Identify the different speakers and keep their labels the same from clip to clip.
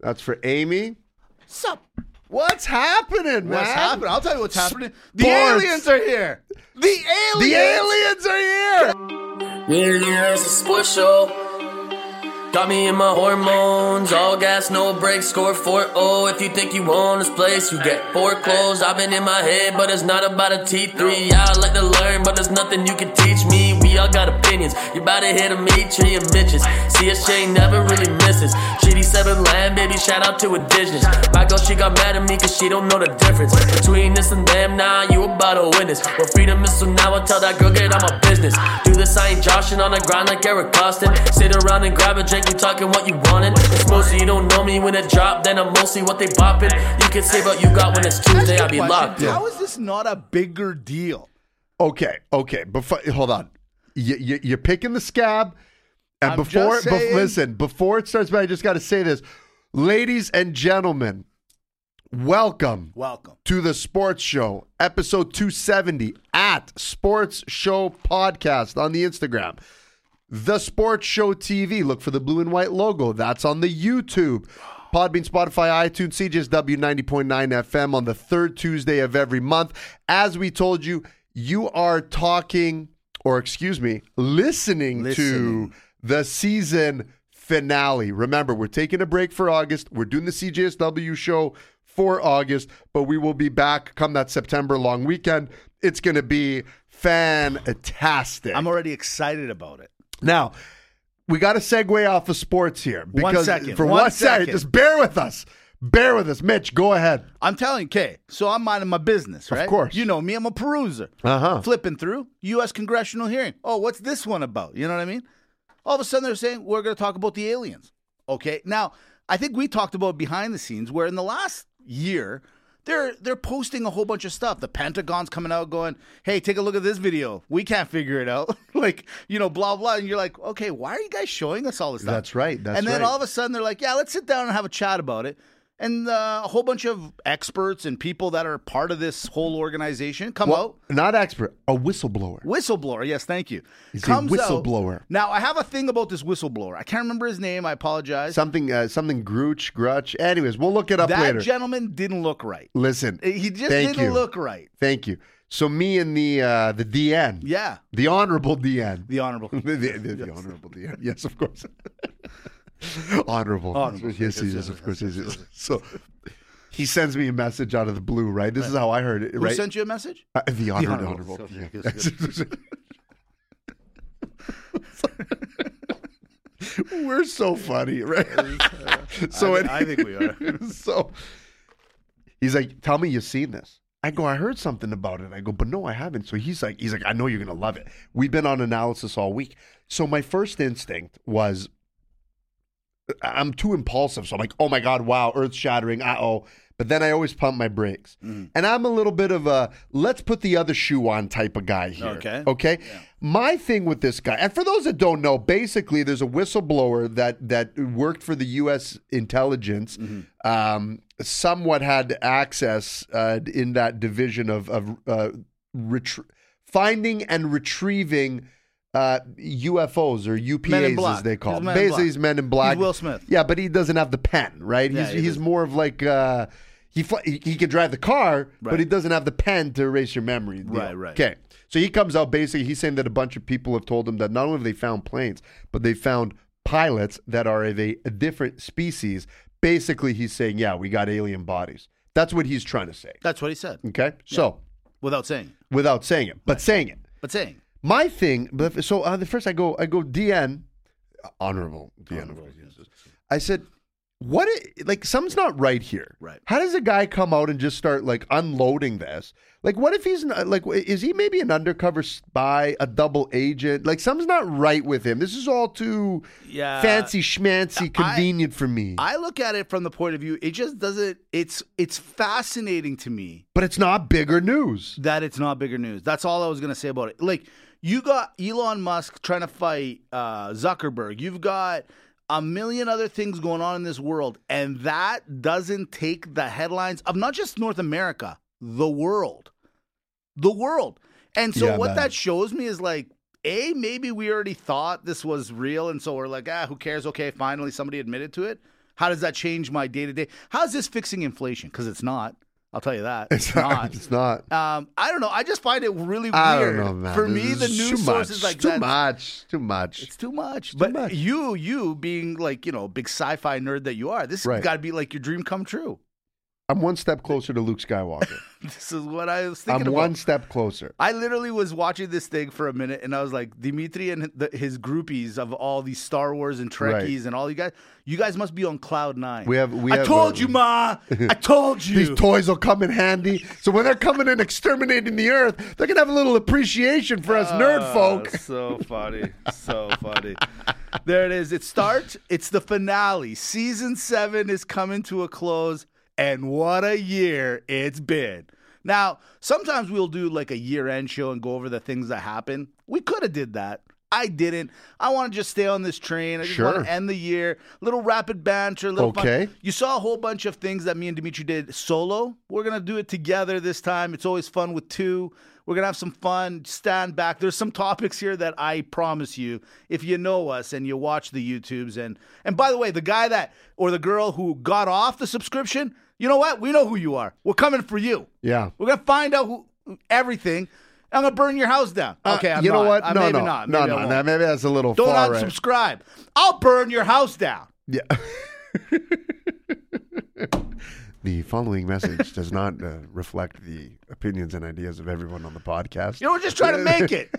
Speaker 1: That's for Amy.
Speaker 2: Sup?
Speaker 1: What's happening, man?
Speaker 2: What's happening? I'll tell you what's happening. The
Speaker 1: Sports.
Speaker 2: aliens are here. The aliens.
Speaker 1: The aliens are here.
Speaker 3: Millionaires a sports show. Got me in my hormones. All gas, no brakes. Score 4 0. If you think you own this place, you get foreclosed. I've been in my head, but it's not about a T3. I like to learn, but there's nothing you can teach me. We all got opinions. You about to hit a tree and bitches. CSJ never really misses. GD7 land, baby. Shout out to Indigenous. My girl, she got mad at me because she don't know the difference. Between this and them, now you about to witness. Well, freedom is so now I tell that girl, get out my business. Do this, I ain't joshing on the grind like Eric Boston. Sit around and grab a drink, you talking what you wanted. It's mostly you don't know me when it drop, then I'm mostly what they bopping. You can say what you got when it's
Speaker 2: Ask
Speaker 3: Tuesday,
Speaker 2: you a
Speaker 3: I be
Speaker 2: question.
Speaker 3: locked. in.
Speaker 2: How is this not a bigger deal?
Speaker 1: Okay, okay. Before, hold on. You, you, you're picking the scab, and
Speaker 2: I'm
Speaker 1: before,
Speaker 2: just
Speaker 1: bef-
Speaker 2: saying-
Speaker 1: listen, before it starts, but I just got to say this, ladies and gentlemen, welcome
Speaker 2: Welcome.
Speaker 1: to the Sports Show, episode 270 at Sports Show Podcast on the Instagram. The Sports Show TV. Look for the blue and white logo. That's on the YouTube. Podbean, Spotify, iTunes, CJSW 90.9 FM on the third Tuesday of every month. As we told you, you are talking, or excuse me, listening,
Speaker 2: Listening.
Speaker 1: to the season finale. Remember, we're taking a break for August. We're doing the CJSW show for August, but we will be back come that September long weekend. It's going to be fantastic.
Speaker 2: I'm already excited about it.
Speaker 1: Now, we got to segue off of sports here because
Speaker 2: second,
Speaker 1: for
Speaker 2: one
Speaker 1: one second,
Speaker 2: second.
Speaker 1: just bear with us. Bear with us, Mitch. Go ahead.
Speaker 2: I'm telling you, okay, so I'm minding my business, right?
Speaker 1: course.
Speaker 2: You know me, I'm a peruser.
Speaker 1: Uh-huh.
Speaker 2: Flipping through U.S. congressional hearing. Oh, what's this one about? You know what I mean? All of a sudden they're saying, we're going to talk about the aliens. Okay. Now, I think we talked about behind the scenes where in the last year, they're, they're posting a whole bunch of stuff. The Pentagon's coming out going, hey, take a look at this video. We can't figure it out. like, you know, blah, blah. And you're like, okay, why are you guys showing us all this stuff?
Speaker 1: That's right, that's
Speaker 2: and then
Speaker 1: right.
Speaker 2: all of a sudden they're like, yeah, let's sit down and have a chat about it. And uh, a whole bunch of experts and people that are part of this whole organization come out.
Speaker 1: Not expert, a whistleblower.
Speaker 2: Whistleblower, yes, thank you.
Speaker 1: He's a
Speaker 2: Comes out-
Speaker 1: whistleblower.
Speaker 2: Now I have a thing about this whistleblower. I can't remember his name. I apologize.
Speaker 1: Something, uh, something Grooch, Grutch. Anyways, we'll look it up
Speaker 2: that
Speaker 1: later.
Speaker 2: gentleman didn't look right.
Speaker 1: Listen,
Speaker 2: He just
Speaker 1: thank
Speaker 2: didn't
Speaker 1: you.
Speaker 2: look right.
Speaker 1: Thank you. So me and the uh, the DN,
Speaker 2: Yeah,
Speaker 1: the honorable DN,
Speaker 2: the honorable.
Speaker 1: the, the- the- the honorable DN, yes, of course, honorable,
Speaker 2: Honorable.
Speaker 1: yes, yes, yes, of course, yes, yes. So he sends me a message out of the blue, right? This is how I heard it,
Speaker 2: Who
Speaker 1: right?
Speaker 2: sent you a message?
Speaker 1: Uh, the honor- honorable.
Speaker 2: honorable.
Speaker 1: yeah. We're so funny, right? so
Speaker 2: I,
Speaker 1: any-
Speaker 2: I think we are.
Speaker 1: so he's like, "Tell me you've seen this." I go, "I heard something about it." I go, "But no, I haven't." So he's like, "He's like, I know you're gonna love it." We've been on analysis all week, so my first instinct was, I- I'm too impulsive, so I'm like, "Oh my god, wow, earth shattering, uh oh." But then I always pump my brakes,
Speaker 2: Mm.
Speaker 1: and I'm a little bit of a let's put the other shoe on type of guy here.
Speaker 2: Okay.
Speaker 1: Okay. My thing with this guy, and for those that don't know, basically there's a whistleblower that that worked for the U.S. intelligence,
Speaker 2: Mm-hmm.
Speaker 1: um, somewhat had access uh, in that division of of uh, retr- finding and retrieving. Uh, UFOs or UPAs, as
Speaker 2: Black.
Speaker 1: they call
Speaker 2: He's
Speaker 1: them.
Speaker 2: Men in
Speaker 1: Basically,
Speaker 2: Black.
Speaker 1: he's Men in Black.
Speaker 2: He's Will Smith.
Speaker 1: Yeah, but he doesn't have the pen, right?
Speaker 2: Yeah,
Speaker 1: he's
Speaker 2: he
Speaker 1: he's
Speaker 2: doesn't.
Speaker 1: more of like uh, he fl- he, he can drive the car, but
Speaker 2: Right.
Speaker 1: he doesn't have the pen to erase your memory. deal.
Speaker 2: Right, right.
Speaker 1: Okay, so he comes out basically. He's saying that a bunch of people have told him that not only have they found planes, but they found pilots that are of a, a different species. Basically, he's saying, yeah, we got alien bodies. That's what he's trying to say.
Speaker 2: That's what he said,
Speaker 1: Okay, so
Speaker 2: without saying,
Speaker 1: without saying it, but saying it.
Speaker 2: but saying.
Speaker 1: My thing, but so uh, the first I go, I go DN, honorable DN. of course. I said, what? i- like something's not right here.
Speaker 2: Right.
Speaker 1: How does a guy come out and just start like unloading this? Like, what if he's not, like, is he maybe an undercover spy, a double agent? Like, something's not right with him. This is all too
Speaker 2: Yeah.
Speaker 1: fancy schmancy, convenient for me.
Speaker 2: I look at it from the point of view. It just doesn't. It's it's fascinating to me
Speaker 1: but it's not bigger news.
Speaker 2: that it's not bigger news. That's all I was gonna say about it. Like you got Elon Musk trying to fight uh, Zuckerberg. You've got a million other things going on in this world, and that doesn't take the headlines of not just North America, the world, the world. And so
Speaker 1: Yeah,
Speaker 2: what
Speaker 1: man.
Speaker 2: that shows me is like. A, maybe we already thought this was real, and so we're like, ah, who cares? Okay, finally somebody admitted to it. How does that change my day to day? How's this fixing inflation? Because it's not. I'll tell you that.
Speaker 1: It's not. It's not.
Speaker 2: Um, I don't know. I just find it really
Speaker 1: I
Speaker 2: weird.
Speaker 1: don't know, man.
Speaker 2: For
Speaker 1: This
Speaker 2: me,
Speaker 1: is
Speaker 2: the news
Speaker 1: too
Speaker 2: sources
Speaker 1: much.
Speaker 2: like
Speaker 1: too
Speaker 2: that.
Speaker 1: much, too much.
Speaker 2: It's too much. but
Speaker 1: much.
Speaker 2: you, you being like you know, a big sci-fi nerd that you are, this has
Speaker 1: Right.
Speaker 2: got to be like your dream come true.
Speaker 1: I'm one step closer to Luke Skywalker.
Speaker 2: This is what I was
Speaker 1: I'm
Speaker 2: thinking about.
Speaker 1: one step closer.
Speaker 2: I literally was watching this thing for a minute, and I was like, Dimitri and the, his groupies of all these Star Wars and
Speaker 1: Right.
Speaker 2: Trekkies and all you guys, you guys must be on cloud nine.
Speaker 1: We have- we
Speaker 2: I
Speaker 1: have,
Speaker 2: told
Speaker 1: uh,
Speaker 2: you, ma. I told
Speaker 1: These
Speaker 2: you.
Speaker 1: toys will come in handy. So when they're coming and exterminating the earth, they're gonna have a little appreciation for us nerd folk.
Speaker 2: Uh, so funny. So funny. There it is. It starts. It's the finale. Season seven is coming to a close, and what a year it's been. Now, sometimes we'll do like a year-end show and go over the things that happened. We could have did that. I didn't. I want to just stay on this train. I just want
Speaker 1: Sure.
Speaker 2: to end the year. Little rapid banter, little fun.
Speaker 1: Okay.
Speaker 2: You saw a whole bunch of things that me and Dimitri did solo. We're gonna do it together this time. It's always fun with two. We're gonna have some fun. Stand back. There's some topics here that I promise you, if you know us and you watch the YouTubes and and by the way, the guy that or the girl who got off the subscription, you know what? We know who you are. We're coming for you.
Speaker 1: Yeah.
Speaker 2: We're gonna find out who everything. I'm gonna burn your house down. Okay,
Speaker 1: Uh,
Speaker 2: I'm
Speaker 1: you know
Speaker 2: not.
Speaker 1: what?
Speaker 2: Uh,
Speaker 1: no,
Speaker 2: maybe
Speaker 1: no,
Speaker 2: not.
Speaker 1: no,
Speaker 2: Maybe I
Speaker 1: no,
Speaker 2: won't.
Speaker 1: no. Maybe that's a little
Speaker 2: Don't
Speaker 1: far. right.
Speaker 2: unsubscribe. I'll burn your house down.
Speaker 1: Yeah. the following message does not uh, reflect the opinions and ideas of everyone on the podcast.
Speaker 2: You know, we're just trying to make it.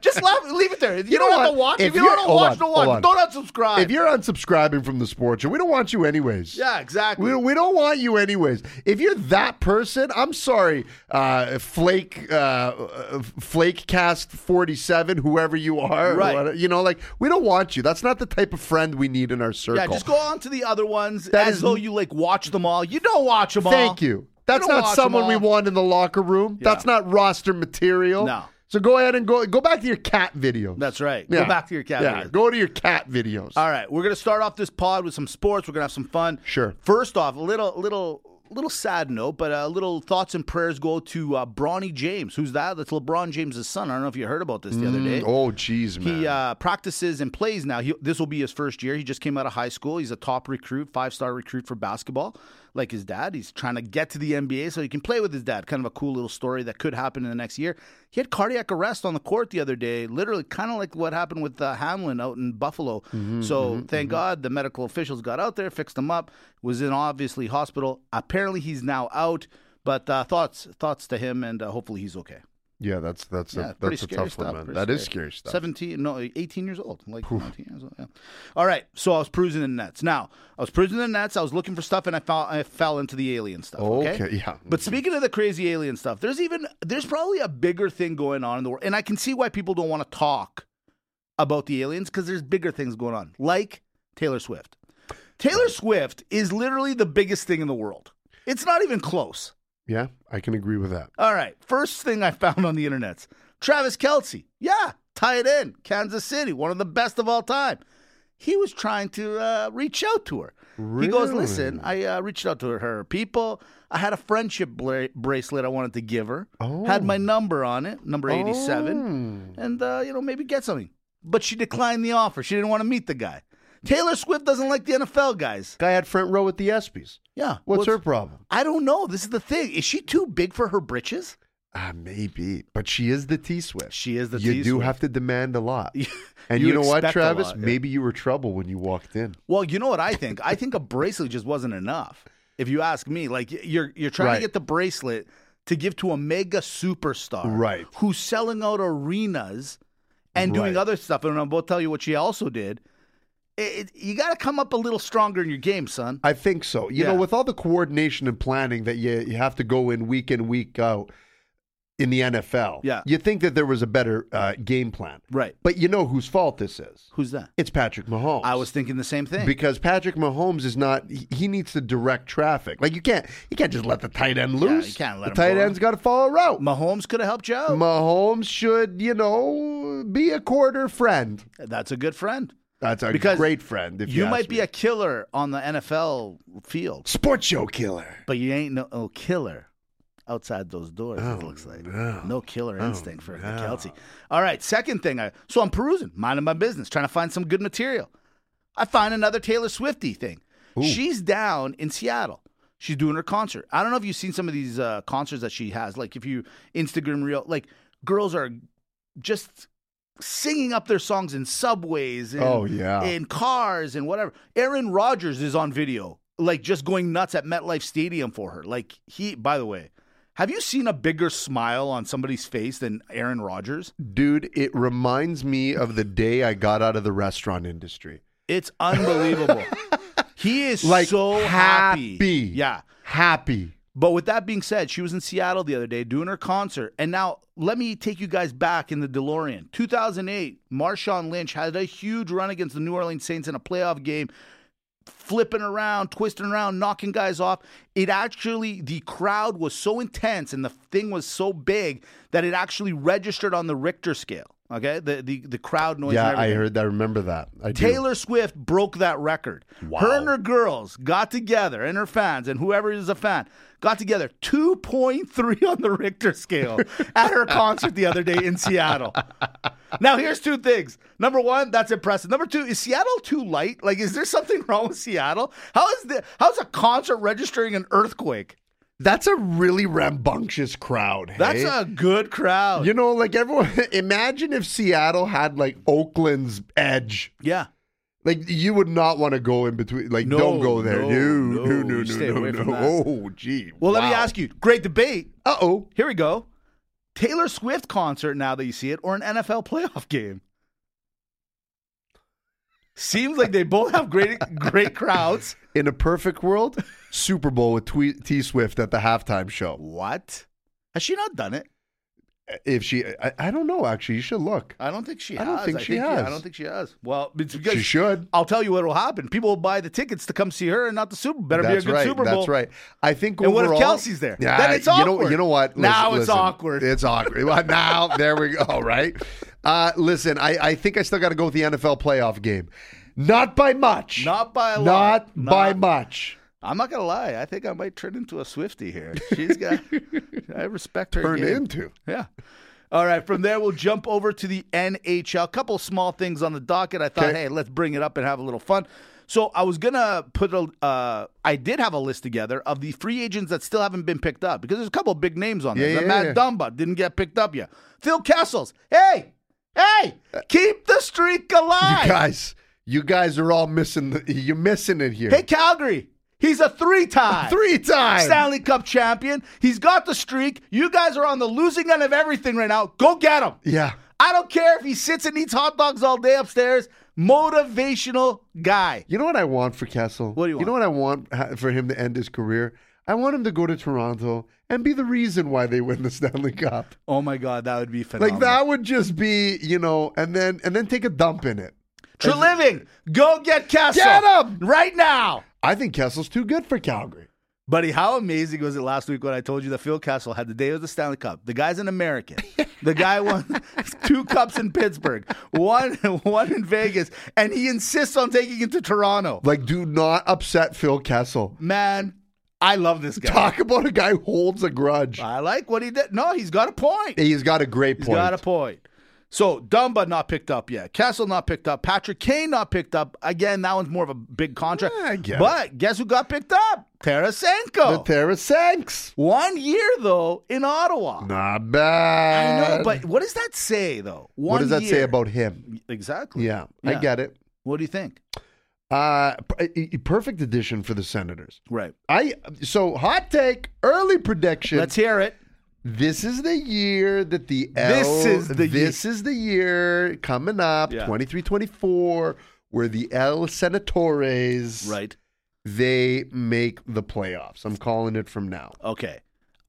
Speaker 2: Just laugh, leave it there.
Speaker 1: know
Speaker 2: You, don't have
Speaker 1: what?
Speaker 2: to watch. If,
Speaker 1: If
Speaker 2: you don't
Speaker 1: you're-
Speaker 2: want to
Speaker 1: hold
Speaker 2: watch,
Speaker 1: on,
Speaker 2: don't
Speaker 1: hold
Speaker 2: watch.
Speaker 1: on.
Speaker 2: Don't unsubscribe.
Speaker 1: if you're unsubscribing from the sports show, we don't want you anyways.
Speaker 2: yeah, exactly.
Speaker 1: We, we don't want you anyways. If you're that person, I'm sorry, uh, Flake uh, Flake Cast 47, whoever you are, or
Speaker 2: Right.
Speaker 1: whatever, you know, like we don't want you. That's not the type of friend we need in our circle.
Speaker 2: yeah, just go on to the other ones
Speaker 1: That
Speaker 2: as
Speaker 1: is-
Speaker 2: though you like watch them all. You don't watch them all.
Speaker 1: Thank you. That's
Speaker 2: don't
Speaker 1: not
Speaker 2: watch 'em
Speaker 1: someone we
Speaker 2: all.
Speaker 1: want in the locker room. That's not roster material.
Speaker 2: No.
Speaker 1: So go ahead and go go back to your cat video.
Speaker 2: That's right. Go back to your cat
Speaker 1: Yeah,
Speaker 2: videos.
Speaker 1: go to your cat videos.
Speaker 2: All right, we're gonna start off this pod with some sports. We're gonna have some fun.
Speaker 1: Sure.
Speaker 2: First off, a little, little, little sad note, but a little thoughts and prayers go to uh, Bronny James. Who's that? That's LeBron James' son. I don't know if you heard about this the other day.
Speaker 1: Oh, jeez, man.
Speaker 2: He uh, practices and plays now. He, this will be his first year. He just came out of high school. He's a top recruit, five star recruit for basketball, like his dad. He's trying to get to the NBA so he can play with his dad. Kind of a cool little story that could happen in the next year. He had cardiac arrest on the court the other day, literally kind of like what happened with uh, Hamlin out in Buffalo. so thank God the medical officials got out there, fixed him up, was in obviously hospital. Apparently he's now out. But uh, thoughts thoughts to him, and uh, hopefully he's okay.
Speaker 1: yeah, that's that's
Speaker 2: Yeah,
Speaker 1: a,
Speaker 2: pretty
Speaker 1: that's a
Speaker 2: scary
Speaker 1: tough
Speaker 2: stuff,
Speaker 1: one, man.
Speaker 2: pretty
Speaker 1: That is
Speaker 2: scary.
Speaker 1: scary stuff.
Speaker 2: 17, no, 18 years old. Like 19 years old. Yeah. All right. So I was perusing the nets. Now, I was perusing the nets. I was looking for stuff and I fell, I fell into the alien stuff. Okay.
Speaker 1: Okay, yeah.
Speaker 2: But speaking of the crazy alien stuff, there's even, there's probably a bigger thing going on in the world. And I can see why people don't want to talk about the aliens because there's bigger things going on, like Taylor Swift. Taylor Swift is literally the biggest thing in the world. It's not even close.
Speaker 1: Yeah, I can agree with that.
Speaker 2: All right. First thing I found on the internets Travis Kelsey. Yeah, tight end, Kansas City, one of the best of all time. He was trying to uh, reach out to her. He goes, Listen, I uh, reached out to her people. I had a friendship bla- bracelet I wanted to give her.
Speaker 1: Oh.
Speaker 2: Had my number on it, number 87.
Speaker 1: Hmm.
Speaker 2: And, uh, you know, maybe get something. But she declined the offer. She didn't want to meet the guy. Taylor Swift doesn't like the NFL guys.
Speaker 1: Guy had front row at the ESPYS.
Speaker 2: Yeah.
Speaker 1: What's, her problem?
Speaker 2: I don't know. This is the thing. Is she too big for her britches?
Speaker 1: Ah, maybe, but she is the T Swift.
Speaker 2: She is the
Speaker 1: You
Speaker 2: T
Speaker 1: do
Speaker 2: Swift.
Speaker 1: have to demand a lot. And you, know what,
Speaker 2: expect a
Speaker 1: Travis?
Speaker 2: lot, yeah.
Speaker 1: Maybe you were trouble when you walked in.
Speaker 2: Well, you know what I think. I think a bracelet just wasn't enough. If you ask me, like y- you're you're trying
Speaker 1: Right.
Speaker 2: to get the bracelet to give to a mega superstar,
Speaker 1: Right.
Speaker 2: Who's selling out arenas and doing
Speaker 1: Right.
Speaker 2: other stuff. And I'm about to tell you what she also did. It, it- you got to come up a little stronger in your game, son.
Speaker 1: I think so. You know,
Speaker 2: Yeah.
Speaker 1: with all the coordination and planning that you, you have to go in week in, week out in the NFL,
Speaker 2: Yeah.
Speaker 1: you think that there was a better uh, game plan.
Speaker 2: Right?
Speaker 1: But you know whose fault this is?
Speaker 2: Who's that?
Speaker 1: It's Patrick Mahomes.
Speaker 2: I was thinking the same thing.
Speaker 1: because Patrick Mahomes is not he- he needs to direct traffic. Like you can't you can't just let the tight end loose.
Speaker 2: you can't let
Speaker 1: the
Speaker 2: him
Speaker 1: tight
Speaker 2: go.
Speaker 1: end's got to follow a route.
Speaker 2: Mahomes could have helped you out.
Speaker 1: Mahomes should, you know, be a quarter friend.
Speaker 2: That's a good friend.
Speaker 1: That's a
Speaker 2: Because
Speaker 1: great friend. If you,
Speaker 2: You might be a killer on the NFL field,
Speaker 1: sports show killer.
Speaker 2: but you ain't no, no killer outside those doors. it looks like.
Speaker 1: no.
Speaker 2: No killer instinct for the Kelsey. All right, second thing. I so I'm perusing, minding my business, trying to find some good material. I find another Taylor Swifty thing.
Speaker 1: Ooh.
Speaker 2: She's down in Seattle. She's doing her concert. I don't know if you've seen some of these uh, concerts that she has. Like if you Instagram reel, like girls are just singing up their songs in subways. And,
Speaker 1: Oh, yeah.
Speaker 2: in cars and whatever. Aaron Rodgers is on video, like just going nuts at MetLife Stadium for her. Like he, by the way, have you seen a bigger smile on somebody's face than Aaron Rodgers?
Speaker 1: Dude, it reminds me of the day I got out of the restaurant industry.
Speaker 2: It's unbelievable. he is
Speaker 1: Like,
Speaker 2: so happy.
Speaker 1: happy.
Speaker 2: Yeah.
Speaker 1: Happy.
Speaker 2: But with that being said, she was in Seattle the other day doing her concert. And now let me take you guys back in the DeLorean. 2008, Marshawn Lynch had a huge run against the New Orleans Saints in a playoff game, flipping around, twisting around, knocking guys off. It actually, the crowd was so intense and the thing was so big that it actually registered on the Richter scale. Okay, the the, the crowd noise. and
Speaker 1: Yeah, I
Speaker 2: everything.
Speaker 1: heard that. I remember that. I do.
Speaker 2: Taylor Swift broke that record.
Speaker 1: Wow.
Speaker 2: Her and her girls got together, and her fans, and whoever is a fan, got together 2.3 on the Richter scale at her concert the other day in Seattle. Now, here's two things. Number one, that's impressive. Number two, is Seattle too light? Like, is there something wrong with Seattle? How is the how's a concert registering an earthquake?
Speaker 1: That's a really rambunctious crowd.
Speaker 2: That's
Speaker 1: hey?
Speaker 2: a good crowd.
Speaker 1: You know, like everyone, imagine if Seattle had like Oakland's edge.
Speaker 2: yeah.
Speaker 1: Like you would not want to go in between. Like
Speaker 2: No,
Speaker 1: don't go there.
Speaker 2: no,
Speaker 1: No,
Speaker 2: no,
Speaker 1: no, no,
Speaker 2: you
Speaker 1: no,
Speaker 2: stay
Speaker 1: no,
Speaker 2: away
Speaker 1: no.
Speaker 2: from that.
Speaker 1: Oh, gee.
Speaker 2: Well, let me ask you. Great debate.
Speaker 1: Uh oh.
Speaker 2: Here we go. Taylor Swift concert now that you see it, or an NFL playoff game. Seems like they both have great great crowds.
Speaker 1: In a perfect world, Super Bowl with Twe- T Swift at the halftime show.
Speaker 2: What? Has she not done it?
Speaker 1: If she, I, I don't know. Actually, you should look.
Speaker 2: I don't think she
Speaker 1: I
Speaker 2: has.
Speaker 1: don't think she
Speaker 2: yeah,
Speaker 1: has.
Speaker 2: I don't think she has. Well, it's because
Speaker 1: She should.
Speaker 2: I'll tell you what will happen. People will buy the tickets to come see her and not the Super Bowl. Better
Speaker 1: That's
Speaker 2: be a good
Speaker 1: right.
Speaker 2: Super Bowl.
Speaker 1: That's right. I think
Speaker 2: And what if
Speaker 1: overall,
Speaker 2: Kelsey's there?
Speaker 1: Yeah,
Speaker 2: Then it's
Speaker 1: you Know,
Speaker 2: awkward.
Speaker 1: you know what?
Speaker 2: Now it's awkward.
Speaker 1: It's awkward. Well, now there we go. Right. Uh, listen, I, I think I still got to go with the NFL playoff game. Not by much.
Speaker 2: Not by a lot.
Speaker 1: Not by
Speaker 2: Not-
Speaker 1: much.
Speaker 2: I'm not gonna lie. I think I might turn into a Swifty here. She's got. I respect her.
Speaker 1: Turned
Speaker 2: game.
Speaker 1: into.
Speaker 2: Yeah. All right. From there, we'll jump over to the NHL. couple small things on the docket. I thought,
Speaker 1: Okay.
Speaker 2: hey, let's bring it up and have a little fun. So I was gonna put a. Uh, I did have a list together of the free agents that still haven't been picked up because there's a couple of big names on there.
Speaker 1: Yeah,
Speaker 2: The
Speaker 1: yeah,
Speaker 2: Matt
Speaker 1: yeah.
Speaker 2: Dumba didn't get picked up yet. Phil Kessels. Hey, hey,
Speaker 1: Uh,
Speaker 2: keep the streak alive.
Speaker 1: Guys, you guys are all missing. The, you're missing it here.
Speaker 2: hey, Calgary. He's a three-time.
Speaker 1: Three times.
Speaker 2: Stanley Cup champion. He's got the streak. You guys are on the losing end of everything right now. Go get him.
Speaker 1: yeah.
Speaker 2: I don't care if he sits and eats hot dogs all day upstairs. Motivational guy.
Speaker 1: You know what I want for Kessel?
Speaker 2: What do you
Speaker 1: You know what I want ha- for him to end his career? I want him to go to Toronto and be the reason why they win the Stanley Cup.
Speaker 2: Oh my God, that would be
Speaker 1: Like
Speaker 2: phenomenal.
Speaker 1: that would just be, you know, and then and then take a dump in it.
Speaker 2: True living. Go get Kessel.
Speaker 1: Get him!
Speaker 2: right now.
Speaker 1: I think Kessel's too good for Calgary.
Speaker 2: Buddy, how amazing was it last week when I told you that Phil Kessel had the day of the Stanley Cup? The guy's an American. The guy won two cups in Pittsburgh, one one in Vegas, and he insists on taking it to Toronto.
Speaker 1: Like, do not upset Phil Kessel.
Speaker 2: Man, I love this guy.
Speaker 1: Talk about a guy who holds a grudge.
Speaker 2: I like what he did. No, he's got a point.
Speaker 1: He's got a great
Speaker 2: He's
Speaker 1: point.
Speaker 2: got a point. So Dumba not picked up yet. Castle not picked up. Patrick Kane not picked up. Again, that one's more of a big contract.
Speaker 1: Yeah, I get it.
Speaker 2: but guess who got picked up?
Speaker 1: the
Speaker 2: Tarasenko.
Speaker 1: Tarasenks.
Speaker 2: One year though in Ottawa.
Speaker 1: Not
Speaker 2: I
Speaker 1: bad.
Speaker 2: know, but what does that say though? One
Speaker 1: what does that say
Speaker 2: year.
Speaker 1: about him?
Speaker 2: exactly?
Speaker 1: Yeah,
Speaker 2: Yeah.
Speaker 1: I get it.
Speaker 2: What do you think?
Speaker 1: Uh, p- a- perfect addition for the Senators.
Speaker 2: Right.
Speaker 1: I so hot take early prediction.
Speaker 2: Let's hear it.
Speaker 1: This is the year that the L,
Speaker 2: This is the
Speaker 1: this is the year coming up
Speaker 2: Yeah.
Speaker 1: twenty three twenty four where the El Senatores
Speaker 2: Right.
Speaker 1: they make the playoffs. I'm calling it from now.
Speaker 2: Okay.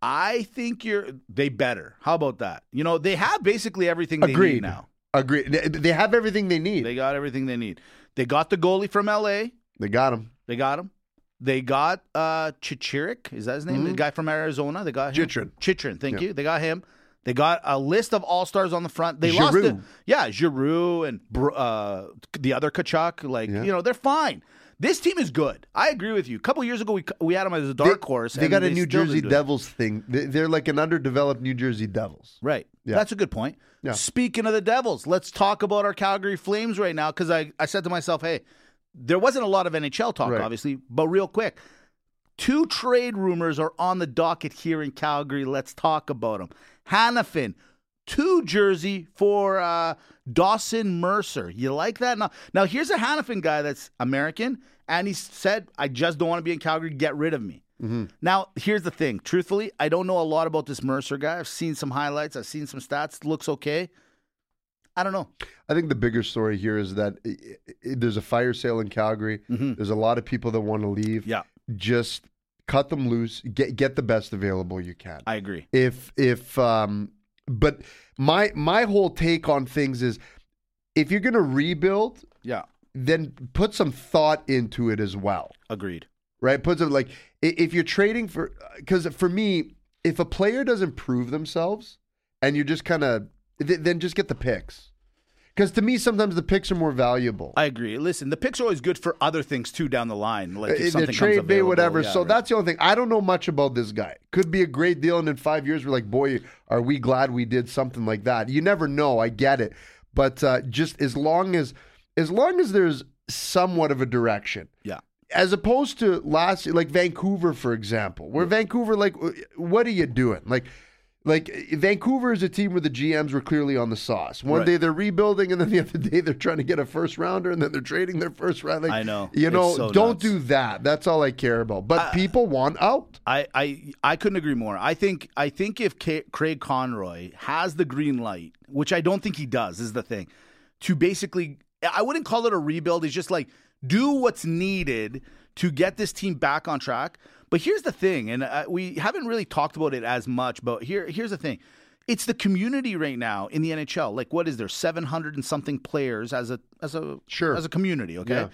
Speaker 2: I think you're they better. How about that? You know, they have basically everything they need
Speaker 1: Agreed.
Speaker 2: now.
Speaker 1: Agree. They, they have everything they need.
Speaker 2: They
Speaker 1: They,
Speaker 2: got everything they need. They got the goalie from LA.
Speaker 1: got him.
Speaker 2: They got him. They got uh Chichirik. Is that his name? The guy from Arizona. They got him.
Speaker 1: Mm-hmm. Chitrin.
Speaker 2: Chitrin. Thank
Speaker 1: Yeah.
Speaker 2: you. They got him. They got a list of all stars on the front. They lost
Speaker 1: Giroux.
Speaker 2: it. Yeah, Giroux and Br- uh, the other Kachuk. Like
Speaker 1: Yeah.
Speaker 2: you know, they're fine. This team is good. I agree with you. A couple years ago, we we had them as a dark
Speaker 1: they,
Speaker 2: horse.
Speaker 1: They
Speaker 2: and
Speaker 1: got a New
Speaker 2: still
Speaker 1: Jersey
Speaker 2: didn't do it.
Speaker 1: Devils thing. They, they're like an underdeveloped New Jersey Devils.
Speaker 2: Right.
Speaker 1: Yeah.
Speaker 2: That's a good point.
Speaker 1: Yeah.
Speaker 2: Speaking of the Devils, let's talk about our Calgary Flames right now because I, I said to myself, hey, there wasn't a lot of NHL talk,
Speaker 1: Right.
Speaker 2: obviously, but real quick, two trade rumors are on the docket here in Calgary. Let's talk about them. Hannafin, two jersey for uh, Dawson Mercer. You like that? Now, now here's a Hannafin guy that's American, and he said, "I just don't want to be in Calgary. Get rid of me." Now, here's the thing. Truthfully, I don't know a lot about this Mercer guy. I've seen some highlights. I've seen some stats. Looks okay. I don't know.
Speaker 1: I think the bigger story here is that i i there's a fire sale in Calgary. There's a lot of people that want to leave.
Speaker 2: Mm-hmm. Yeah.
Speaker 1: Just cut them loose. Get get the best available you can.
Speaker 2: I agree.
Speaker 1: if if um but my my whole take on things is if you're going to rebuild,
Speaker 2: Yeah,
Speaker 1: then put some thought into it as well
Speaker 2: agreed.
Speaker 1: right? Puts it like i- if you're trading for because for me, if a player doesn't prove themselves and you're just kind of th- then just get the picks because to me sometimes the picks are more valuable.
Speaker 2: I agree. Listen, the picks are always good for other things too down the line, like if
Speaker 1: Uh, in
Speaker 2: something
Speaker 1: the
Speaker 2: comes
Speaker 1: trade bay,
Speaker 2: available,
Speaker 1: whatever.
Speaker 2: yeah,
Speaker 1: so
Speaker 2: right.
Speaker 1: that's the only thing. I don't know much about this guy. Could be a great deal, and in five years we're like, boy, are we glad we did something like that? You never know. I get it, but uh, just as long as as long as there's somewhat of a direction,
Speaker 2: yeah,
Speaker 1: as opposed to last like Vancouver for example where Vancouver like uh, what are you doing like like Vancouver is a team where the GMs were clearly on the sauce. One
Speaker 2: Right.
Speaker 1: day they're rebuilding, and then the other day they're trying to get a first rounder, and then they're trading their first round. Like,
Speaker 2: I know.
Speaker 1: you
Speaker 2: It's
Speaker 1: know,
Speaker 2: so
Speaker 1: don't
Speaker 2: nuts.
Speaker 1: do that. That's all I care about. But people want out.
Speaker 2: I, I I couldn't agree more. I think I think if Ca Craig Conroy has the green light, which I don't think he does, is the thing, to basically I wouldn't call it a rebuild. It's just like do what's needed to get this team back on track. But here's the thing, and uh, we haven't really talked about it as much. But here here's the thing. It's the community right now in the NHL. Like, what is there? Seven hundred and something players as a as a
Speaker 1: Sure.
Speaker 2: as a community. Okay,
Speaker 1: Yeah.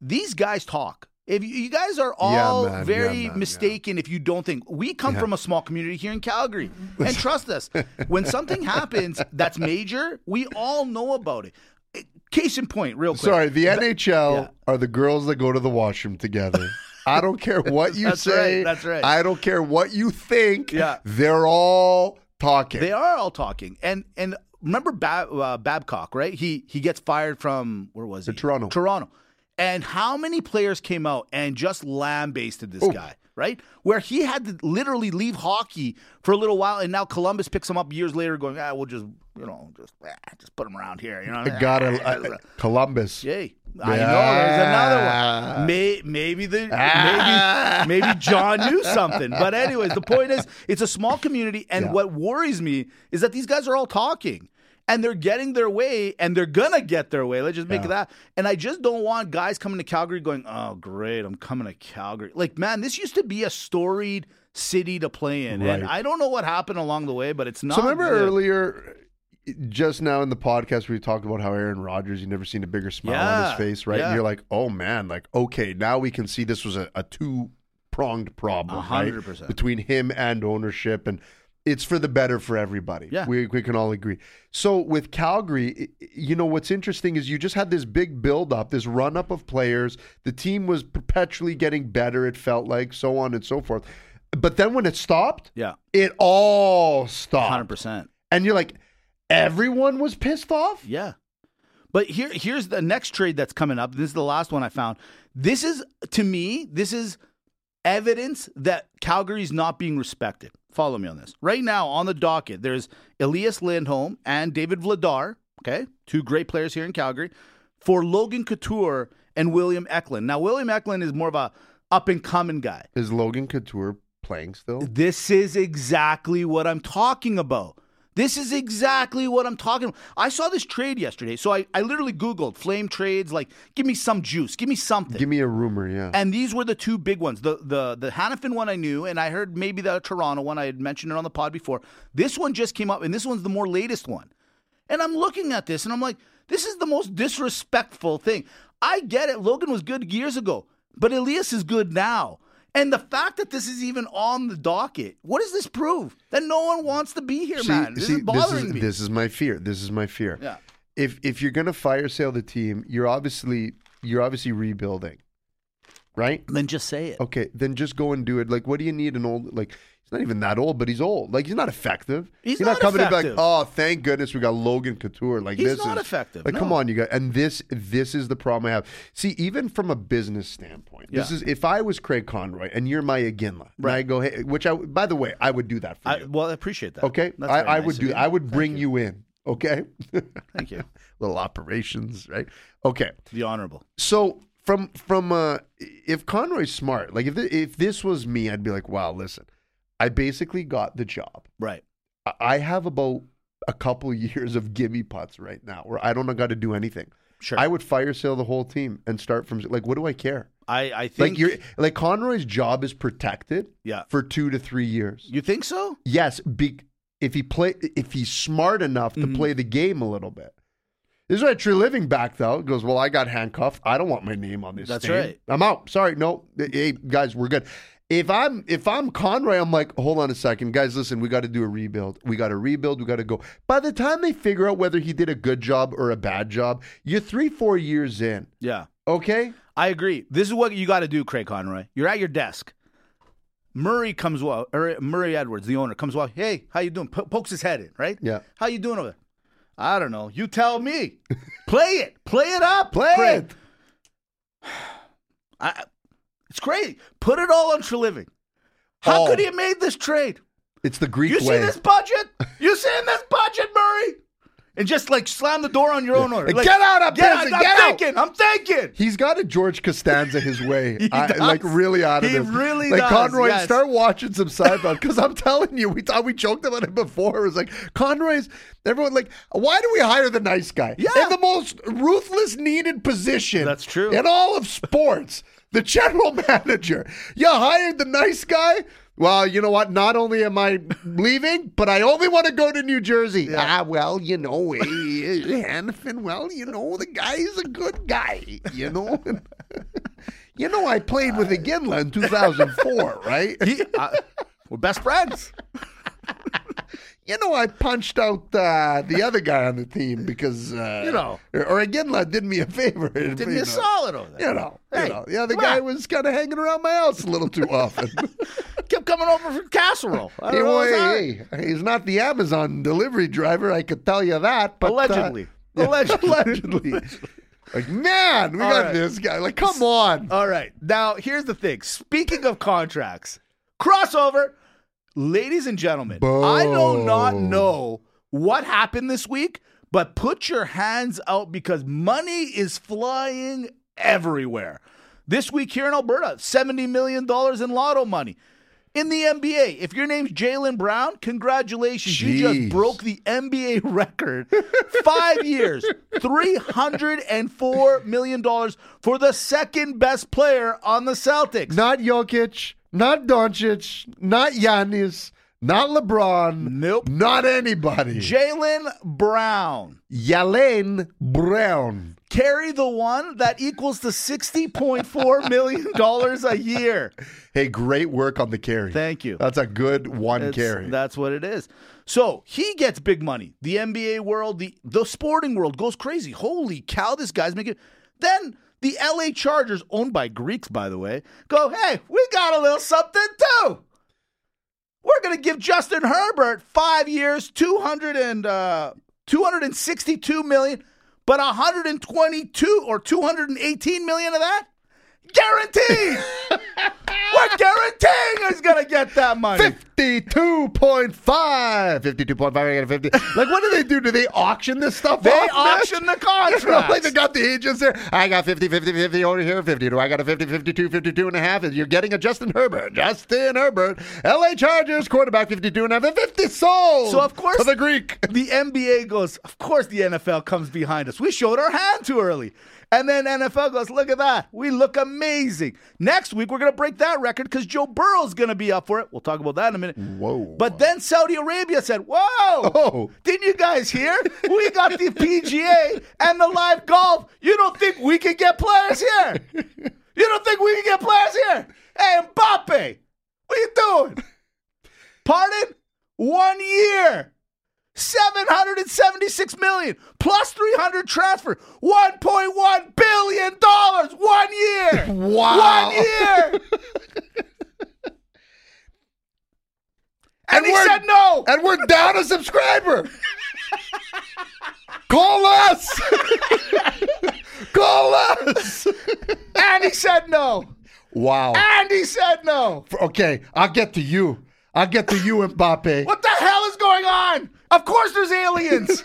Speaker 2: these guys talk. If you, you guys are all
Speaker 1: man. Yeah,
Speaker 2: very
Speaker 1: man. Yeah.
Speaker 2: mistaken, if you don't think we come from a small community here in Calgary, and trust us, when something happens that's major, we all know about it. Case in point, real quick.
Speaker 1: Sorry, the NHL
Speaker 2: yeah.
Speaker 1: are the girls that go to the washroom together. I don't care what you
Speaker 2: That's
Speaker 1: say.
Speaker 2: right, that's right.
Speaker 1: I don't care what you think.
Speaker 2: Yeah.
Speaker 1: They're all talking.
Speaker 2: They are all talking, and and remember Bab, uh, Babcock, right? He he gets fired from where was it?
Speaker 1: Toronto.
Speaker 2: Toronto. And how many players came out and just lambasted this guy, right? Where he had to literally leave hockey for a little while, and now Columbus picks him up years later, going, "Ah, we'll just you know just ah, just put him around here." You know,
Speaker 1: I
Speaker 2: Ah,
Speaker 1: gotta I- I- Columbus.
Speaker 2: Yay. I know there's another
Speaker 1: Yeah.
Speaker 2: one. May, maybe the
Speaker 1: Ah.
Speaker 2: maybe maybe John knew something. But anyways, the point is it's a small community and
Speaker 1: Yeah.
Speaker 2: what worries me is that these guys are all talking and they're getting their way and they're gonna get their way. Let's just make it that. And I just don't want guys coming to Calgary going, "Oh, great, I'm coming to Calgary." Like, man, this used to be a storied city to play in. And
Speaker 1: Right.
Speaker 2: I don't know what happened along the way, but it's not
Speaker 1: So remember
Speaker 2: good.
Speaker 1: earlier, just now in the podcast, we talked about how Aaron Rodgers, you never seen a bigger smile on
Speaker 2: Yeah,
Speaker 1: his face, right?
Speaker 2: yeah.
Speaker 1: And you're like, oh man, like, okay, now we can see this was a, a two pronged problem,
Speaker 2: A
Speaker 1: right?
Speaker 2: hundred percent.
Speaker 1: Between him and ownership. And it's for the better for everybody.
Speaker 2: Yeah.
Speaker 1: We, we can all agree. So with Calgary, i- you know, what's interesting is you just had this big build up, this run up of players. The team was perpetually getting better, it felt like, so on and so forth. But then when it stopped,
Speaker 2: Yeah.
Speaker 1: it all stopped
Speaker 2: Hundred percent.
Speaker 1: and you're like, everyone was pissed off.
Speaker 2: Yeah. But here here's the next trade that's coming up. This is the last one I found. This is to me, this is evidence that Calgary's not being respected. Follow me on this. Right now on the docket, there's Elias Lindholm and David Vladar, okay? Two great players here in Calgary for Logan Couture and William Eklund. Now William Eklund is more of a up and coming guy.
Speaker 1: Is Logan Couture playing still?
Speaker 2: This is exactly what I'm talking about. This is exactly what I'm talking about. I saw this trade yesterday. So I, I literally Googled flame trades, like, give me some juice, give me something.
Speaker 1: Give me a rumor, yeah.
Speaker 2: and these were the two big ones. The the the Hannafin one I knew, and I heard maybe the Toronto one. I had mentioned it on the pod before. This one just came up, and this one's the more latest one. And I'm looking at this and I'm like, this is the most disrespectful thing. I get it. Logan was good years ago, but Elias is good now. And the fact that this is even on the docket, what does this prove? That no one wants to be here, man. This is
Speaker 1: this
Speaker 2: bothering
Speaker 1: is,
Speaker 2: me.
Speaker 1: This is my fear. This is my fear.
Speaker 2: Yeah.
Speaker 1: If if you're gonna fire sale the team, you're obviously you're obviously rebuilding. right?
Speaker 2: Then just say it.
Speaker 1: Okay, then just go and do it. Like, what do you need an old like? He's not even that old, but he's old. Like, he's not effective.
Speaker 2: He's
Speaker 1: You're not,
Speaker 2: not
Speaker 1: coming in
Speaker 2: effective.
Speaker 1: be like, oh, thank goodness we got Logan Couture. Like,
Speaker 2: He's
Speaker 1: this
Speaker 2: not
Speaker 1: is
Speaker 2: effective,
Speaker 1: Like, come
Speaker 2: no.
Speaker 1: on, you guys. And this, this is the problem I have. See, even from a business standpoint, this
Speaker 2: Yeah.
Speaker 1: is if I was Craig Conroy and you're my Aginla, right? I go, hey, which I, by the way, I would do that for
Speaker 2: I,
Speaker 1: you.
Speaker 2: well, I appreciate that.
Speaker 1: Okay,
Speaker 2: That's
Speaker 1: I,
Speaker 2: very
Speaker 1: I
Speaker 2: nice
Speaker 1: would
Speaker 2: of
Speaker 1: do.
Speaker 2: you.
Speaker 1: I would bring you. in. Okay,
Speaker 2: Thank you.
Speaker 1: little operations, right? Okay,
Speaker 2: The honorable.
Speaker 1: so from from uh, if Conroy's smart, like if th- if this was me, I'd be like, wow, listen, I basically got the job.
Speaker 2: Right.
Speaker 1: I- I have about a couple years of gimme putts right now where I don't got to do anything.
Speaker 2: Sure.
Speaker 1: I would fire sale the whole team and start from like, what do I care?
Speaker 2: I, I think
Speaker 1: Like you're like Conroy's job is protected
Speaker 2: Yeah.
Speaker 1: for two to three years.
Speaker 2: You think so?
Speaker 1: Yes, be, if he play, if he's smart enough to
Speaker 2: Mm-hmm.
Speaker 1: play the game a little bit. This is why Tree Living back though goes. Well, I got handcuffed. I don't want my name on this.
Speaker 2: That's
Speaker 1: team.
Speaker 2: right.
Speaker 1: I'm out. Sorry, no. Hey guys, we're good. If I'm if I'm Conroy, I'm like, hold on a second, guys. Listen, we got to do a rebuild. We got to rebuild. We got to go. By the time they figure out whether he did a good job or a bad job, you're three four years in.
Speaker 2: Yeah.
Speaker 1: Okay,
Speaker 2: I agree. This is what you got to do, Craig Conroy. You're at your desk. Murray comes well, or Murray Edwards, the owner, comes well. Hey, how you doing? P- pokes his head in, right?
Speaker 1: Yeah.
Speaker 2: How you doing over there? I don't know. You tell me. Play it. Play it up.
Speaker 1: play
Speaker 2: Craig.
Speaker 1: it.
Speaker 2: I, it's crazy. Put it all on Treliving. How
Speaker 1: Oh.
Speaker 2: could he have made this trade?
Speaker 1: It's the Greek
Speaker 2: You
Speaker 1: way.
Speaker 2: see this budget? You seeing this budget, Murray? And just like slam the door on your own order.
Speaker 1: Like,
Speaker 2: Like,
Speaker 1: get out of
Speaker 2: get
Speaker 1: prison.
Speaker 2: I'm
Speaker 1: Get out.
Speaker 2: thinking. I'm thinking.
Speaker 1: He's got a George Costanza his way,
Speaker 2: He
Speaker 1: I,
Speaker 2: does.
Speaker 1: like really out of
Speaker 2: He
Speaker 1: this.
Speaker 2: really
Speaker 1: like
Speaker 2: does,
Speaker 1: Conroy,
Speaker 2: yes.
Speaker 1: start watching some Seinfeld because I'm telling you, we thought we joked about it before. It was like Conroy's everyone like, why do we hire the nice guy
Speaker 2: Yeah.
Speaker 1: in the most ruthless needed position?
Speaker 2: That's true.
Speaker 1: in all of sports. The general manager, you hired the nice guy. Well, you know what? Not only am I leaving, but I only want to go to New Jersey. Ah, well, you know, eh, Hannafin, well, you know, the guy is a good guy, you know? you know, I played with Aginla in 2004, right?
Speaker 2: He- I- we're best friends.
Speaker 1: You know, I punched out uh, the other guy on the team because, uh,
Speaker 2: You know.
Speaker 1: or, or Aginla did me a favor.
Speaker 2: Did
Speaker 1: Did
Speaker 2: me a solid over there.
Speaker 1: You know,
Speaker 2: Hey,
Speaker 1: you know, the other
Speaker 2: come
Speaker 1: guy
Speaker 2: on.
Speaker 1: was kind of hanging around my house a little too often.
Speaker 2: kept coming over for casserole. I
Speaker 1: He
Speaker 2: don't know
Speaker 1: wa-
Speaker 2: what's on.
Speaker 1: hey, he's not the Amazon delivery driver, I could tell you that. But uh,
Speaker 2: Allegedly.
Speaker 1: yeah,
Speaker 2: Allegedly.
Speaker 1: allegedly. like, man, we
Speaker 2: All
Speaker 1: got
Speaker 2: right.
Speaker 1: this guy. Like, come on.
Speaker 2: All right. Now, here's the thing. Speaking of contracts, crossover, ladies and gentlemen, I do not
Speaker 1: Boom.
Speaker 2: know what happened this week, but put your hands out because money is flying everywhere. This week here in Alberta, $70 million in lotto money. In the NBA, if your name's Jalen Brown, congratulations. You
Speaker 1: Jeez.
Speaker 2: just broke the NBA record. Five years, $304 million for the second best player on the Celtics.
Speaker 1: Not Jokic, not Doncic, not Giannis, not LeBron.
Speaker 2: Nope.
Speaker 1: Not anybody.
Speaker 2: Jalen Brown.
Speaker 1: Yalen Brown.
Speaker 2: Carry the one that equals to $60.4 million a year.
Speaker 1: Hey, great work on the carry.
Speaker 2: Thank you.
Speaker 1: That's a good one
Speaker 2: It's-
Speaker 1: carry.
Speaker 2: That's what it is. So he gets big money. The NBA world, the the sporting world goes crazy. Holy cow, this guy's making. Then the LA Chargers, owned by Greeks, by the way, go. Hey, we got a little something too. We're gonna give Justin Herbert five years, two hundred and uh, two hundred and sixty-two million, but one hundred and twenty-two or two hundred and eighteen million of that guaranteed. We're guaranteeing he's gonna get that money.
Speaker 1: 52.5 52.5 I got a 50 like what do they do do they auction this stuff
Speaker 2: They
Speaker 1: off, man?
Speaker 2: auction the
Speaker 1: You know, like they
Speaker 2: contract.
Speaker 1: got the agents there I got 50 50 50 over here 50 do I got a 50 52 52 and a half and you're getting a Justin Herbert Justin Herbert LA Chargers quarterback 52 and a half and 50 sold
Speaker 2: So, of course-
Speaker 1: to the Greek
Speaker 2: The NBA goes, of course the NFL comes behind us. We showed our hand too early. And then NFL goes, look at that. We look amazing. Next week, we're going to break that record because Joe Burrow's going to be up for it. We'll talk about that in a minute.
Speaker 1: Whoa.
Speaker 2: But then Saudi Arabia said, whoa.
Speaker 1: Oh.
Speaker 2: Didn't you guys hear? We got the PGA and the live golf. You don't think we can get players here? You don't think we can get players here? Hey, Mbappe, what you doing? Pardon? One year. 776 million plus 300 transfer, 1.1 billion dollars one year.
Speaker 1: Wow.
Speaker 2: One year. and he
Speaker 1: we're-
Speaker 2: said no.
Speaker 1: and we're down a subscriber. Call us. Call us.
Speaker 2: And he said no.
Speaker 1: Wow.
Speaker 2: And he said no.
Speaker 1: Okay, I'll get to you. I'll get to you, Mbappe.
Speaker 2: What the hell is going on? Of course there's aliens.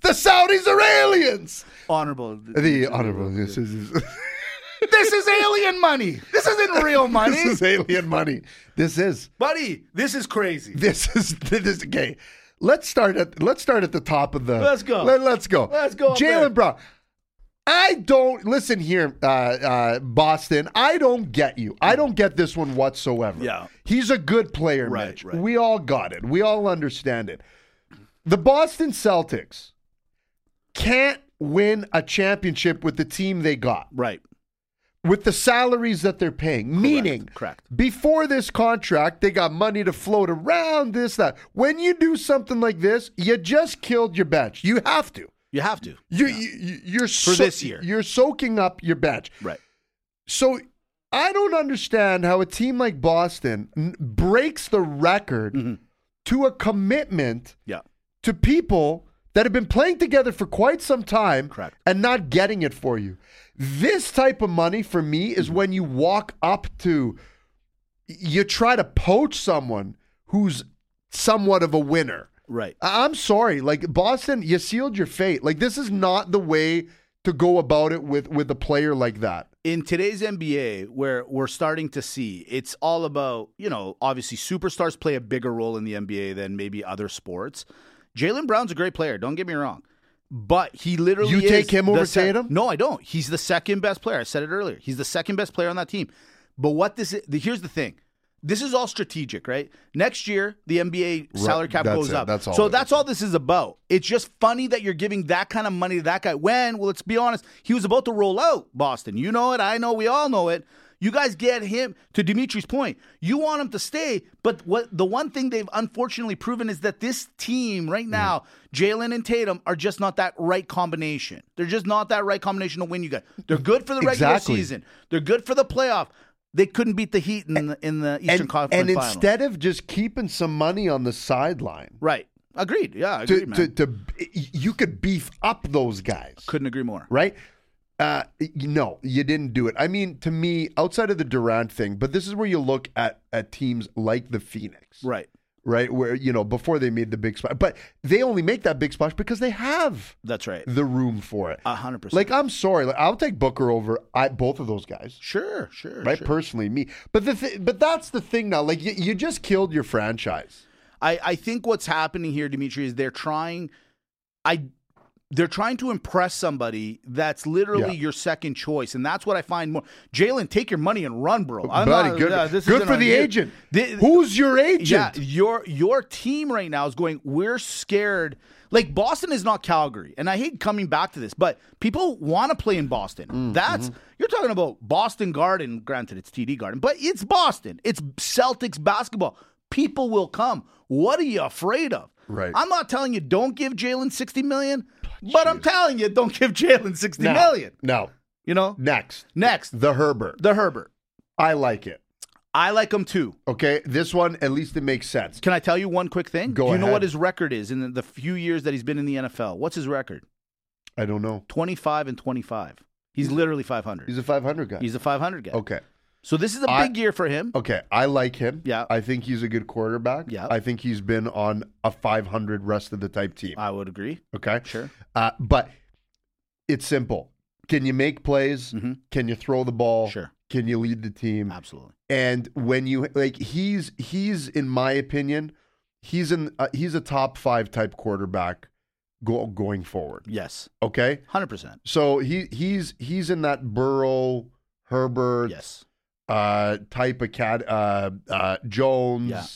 Speaker 1: The Saudis are aliens.
Speaker 2: Honorable.
Speaker 1: The honorable. This is,
Speaker 2: This is alien money. This isn't real money.
Speaker 1: this is alien money. This is.
Speaker 2: Buddy, this is crazy.
Speaker 1: This is this is okay. Let's start at let's start at the top of the.
Speaker 2: Let's go.
Speaker 1: Let, us go.
Speaker 2: Let's go up there.
Speaker 1: Jalen Brown. I don't listen here, uh, uh, Boston. I don't get you. I don't get this one whatsoever.
Speaker 2: Yeah.
Speaker 1: he's a good player,
Speaker 2: Right,
Speaker 1: Mitch.
Speaker 2: right.
Speaker 1: We all got it. We all understand it. The Boston Celtics can't win a championship with the team they got,
Speaker 2: Right.
Speaker 1: with the salaries that they're paying. Meaning,
Speaker 2: Correct.
Speaker 1: before this contract, they got money to float around this, that. When you do something like this, you just killed your bench. You have to.
Speaker 2: You have to.
Speaker 1: You, you, you're
Speaker 2: For this year.
Speaker 1: You're soaking up your bench.
Speaker 2: Right.
Speaker 1: So I don't understand how a team like Boston n- breaks the record
Speaker 2: Mm-hmm.
Speaker 1: to a commitment
Speaker 2: Yeah.
Speaker 1: to people that have been playing together for quite some time
Speaker 2: Correct.
Speaker 1: and not getting it for you. This type of money for me is
Speaker 2: Mm-hmm.
Speaker 1: when you walk up to, you try to poach someone who's somewhat of a winner.
Speaker 2: Right.
Speaker 1: I- I'm sorry, like Boston, you sealed your fate. Like this is not the way to go about it with with a player like that.
Speaker 2: in today's NBA, where we're starting to see it's all about, you know, obviously superstars play a bigger role in the NBA than maybe other sports. Jalen Brown's a great player, don't get me wrong. But he literally
Speaker 1: You
Speaker 2: is
Speaker 1: take him
Speaker 2: the
Speaker 1: over
Speaker 2: sec-
Speaker 1: Tatum?
Speaker 2: No, I don't. He's the second best player. I said it earlier. He's the second best player on that team. But what this is, the- here's the thing. This is all strategic, right? Next year, the NBA salary cap
Speaker 1: That's
Speaker 2: goes
Speaker 1: it.
Speaker 2: up.
Speaker 1: That's all
Speaker 2: so
Speaker 1: it is.
Speaker 2: that's all this is about. It's just funny that you're giving that kind of money to that guy when, well, let's be honest, he was about to roll out Boston. You know it. I know. We all know it. You guys get him to Dimitri's point. You want him to stay, but what the one thing they've unfortunately proven is that this team right now, Jalen and Tatum, are just not that right combination. They're just not that right combination to win you guys. They're good for the regular
Speaker 1: Exactly.
Speaker 2: season. They're good for the playoff. They couldn't beat the Heat in the in the Eastern
Speaker 1: And,
Speaker 2: Conference
Speaker 1: and
Speaker 2: Finals.
Speaker 1: instead of just keeping some money on the sideline
Speaker 2: right? Agreed. Yeah, agreed,
Speaker 1: to,
Speaker 2: man.
Speaker 1: to, to you could beef up those guys,
Speaker 2: Couldn't agree more.
Speaker 1: right? Uh, y- no, you didn't do it. I mean, to me, outside of the Durant thing, but this is where you look at at teams like the Phoenix,
Speaker 2: Right.
Speaker 1: right? Where you know before they made the big splash, but they only make that big splash because they have
Speaker 2: That's right.
Speaker 1: the room for it.
Speaker 2: A hundred percent.
Speaker 1: Mm-hmm. Like I'm sorry, like, I'll take Booker over I, both of those guys.
Speaker 2: sure, sure.
Speaker 1: Right,
Speaker 2: sure.
Speaker 1: personally, me. But the th- but that's the thing now. Like you, you just killed your franchise.
Speaker 2: I, I think what's happening here, Dimitri, is they're trying I they're trying to impress somebody that's literally
Speaker 1: Yeah.
Speaker 2: your second choice, and that's what I find more. Jalen, take your money and run, bro. I'm
Speaker 1: Buddy,
Speaker 2: not-
Speaker 1: good,
Speaker 2: yeah, this
Speaker 1: good
Speaker 2: isn't
Speaker 1: for
Speaker 2: on
Speaker 1: the
Speaker 2: you.
Speaker 1: agent.
Speaker 2: Thi-
Speaker 1: Who's your agent?
Speaker 2: Yeah, your your team right now is going. We're scared. Like Boston is not Calgary, and I hate coming back to this, but people want to play in Boston. That's you're talking about Boston Garden. Granted, it's TD Garden, but it's Boston. It's Celtics basketball. People will come. What are you afraid of?
Speaker 1: Right.
Speaker 2: I'm not telling you don't give Jalen sixty million, but I'm telling you don't give Jalen sixty million.
Speaker 1: No.
Speaker 2: You know.
Speaker 1: Next,
Speaker 2: Next,
Speaker 1: the Herbert.
Speaker 2: the Herbert.
Speaker 1: I like it.
Speaker 2: I like him too.
Speaker 1: Okay, this one at least it makes sense.
Speaker 2: Can I tell you one quick thing?
Speaker 1: Go
Speaker 2: Do you know
Speaker 1: ahead.
Speaker 2: what his record is in the, the few years that he's been in the NFL? What's his record?
Speaker 1: I don't know.
Speaker 2: 25 and 25. He's literally 500.
Speaker 1: He's a 500 guy.
Speaker 2: He's a 500 guy.
Speaker 1: okay.
Speaker 2: So this is a
Speaker 1: I-
Speaker 2: big year for him.
Speaker 1: Okay, I like him.
Speaker 2: Yeah.
Speaker 1: I think he's a good quarterback.
Speaker 2: Yeah.
Speaker 1: I think he's been on a 500 rest of the type team.
Speaker 2: I would agree.
Speaker 1: Okay.
Speaker 2: Uh, Sure.
Speaker 1: Uh, but it's simple. Can you make plays?
Speaker 2: Mhm.
Speaker 1: Can you throw the ball?
Speaker 2: Sure.
Speaker 1: Can you lead the team?
Speaker 2: Absolutely.
Speaker 1: And when you like, he's he's in my opinion, he's in uh, he's a top five type quarterback go, going forward.
Speaker 2: Yes.
Speaker 1: Okay,
Speaker 2: 100%.
Speaker 1: so he he's he's in that Burrow, Herbert,
Speaker 2: Yes.
Speaker 1: uh, type of cat, uh, uh, Jones.
Speaker 2: Yeah.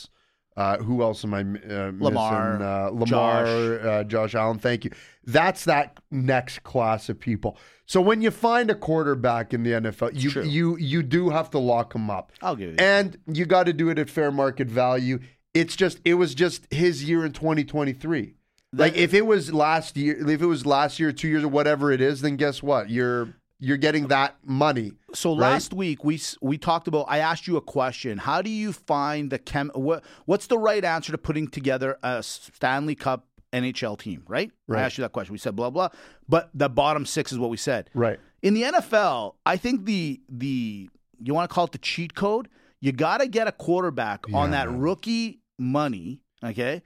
Speaker 1: Uh, who else am I uh,
Speaker 2: Lamar,
Speaker 1: missing? Uh, Lamar,
Speaker 2: Josh.
Speaker 1: Uh, Josh Allen. Thank you. That's that next class of people. So when you find a quarterback in the NFL, you
Speaker 2: true.
Speaker 1: you you do have to lock them up,
Speaker 2: I'll give you.
Speaker 1: and you got to do it at fair market value. It's just it was just his year in 2023. like
Speaker 2: That-
Speaker 1: if it was last year, if it was last year, two years, or whatever it is, then guess what? You're you're getting that money.
Speaker 2: So
Speaker 1: right?
Speaker 2: last week we s- we talked about. I asked you a question. How do you find the chem? What what's the right answer to putting together a Stanley Cup NHL team? Right.
Speaker 1: Right.
Speaker 2: I asked you that question. We said blah blah, but the bottom six is what we said.
Speaker 1: right.
Speaker 2: In the NFL, I think the the you want to call it the cheat code. You got to get a quarterback on
Speaker 1: Yeah.
Speaker 2: that rookie money, okay,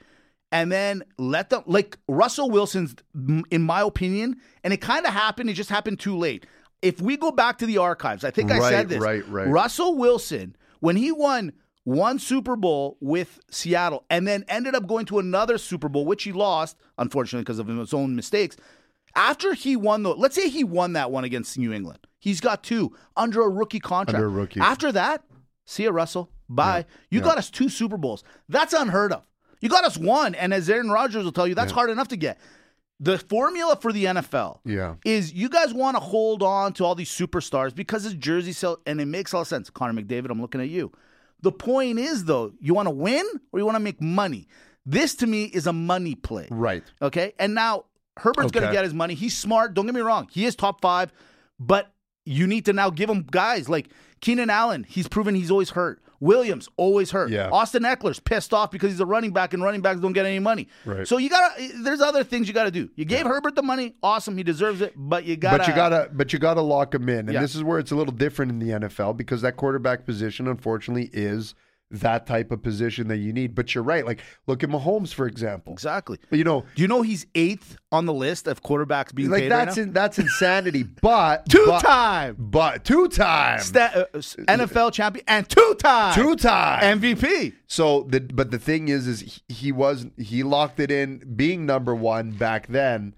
Speaker 2: and then let them like Russell Wilson's, m- in my opinion, and it kind of happened. It just happened too late. If we go back to the archives, I think I
Speaker 1: Right,
Speaker 2: said this.
Speaker 1: right, right.
Speaker 2: Russell Wilson, when he won one Super Bowl with Seattle and then ended up going to another Super Bowl, which he lost, unfortunately, because of his own mistakes. After he won, the, let's say he won that one against New England. He's got two under a rookie contract.
Speaker 1: Under a rookie.
Speaker 2: After that, see ya, Russell. Bye. You got us two Super Bowls. That's unheard of. You got us one, and as Aaron Rodgers will tell you, that's hard enough to get. The formula for the NFL
Speaker 1: Yeah.
Speaker 2: is you guys want to hold on to all these superstars because it's jersey sell and it makes all sense. Connor McDavid, I'm looking at you. The point is though, you want to win or you want to make money. This to me is a money play.
Speaker 1: Right.
Speaker 2: Okay. And now Herbert's going
Speaker 1: Okay.
Speaker 2: to get his money. He's smart. Don't get me wrong. He is top five, but you need to now give him guys like Keenan Allen. He's proven he's always hurt. Williams always hurt.
Speaker 1: Yeah.
Speaker 2: Austin Eckler's pissed off because he's a running back and running backs don't get any money.
Speaker 1: Right.
Speaker 2: So you gotta. There's other things you gotta do. You gave Herbert the money. Awesome. He deserves it. But you gotta.
Speaker 1: But you gotta, but you gotta lock him in, and
Speaker 2: Yeah.
Speaker 1: this is where it's a little different in the NFL because that quarterback position, unfortunately, is that type of position that you need. But you're right. Like, look at Mahomes, for example.
Speaker 2: exactly.
Speaker 1: But you know,
Speaker 2: Do you know he's eighth on the list of quarterbacks being
Speaker 1: like
Speaker 2: paid
Speaker 1: that's
Speaker 2: right
Speaker 1: in, that's insanity. But
Speaker 2: now? two
Speaker 1: but,
Speaker 2: time
Speaker 1: but two time,
Speaker 2: sta- uh, s- NFL champion and two time
Speaker 1: two time,
Speaker 2: MVP.
Speaker 1: So the but the thing is, is he, he was he locked it in being number one back then,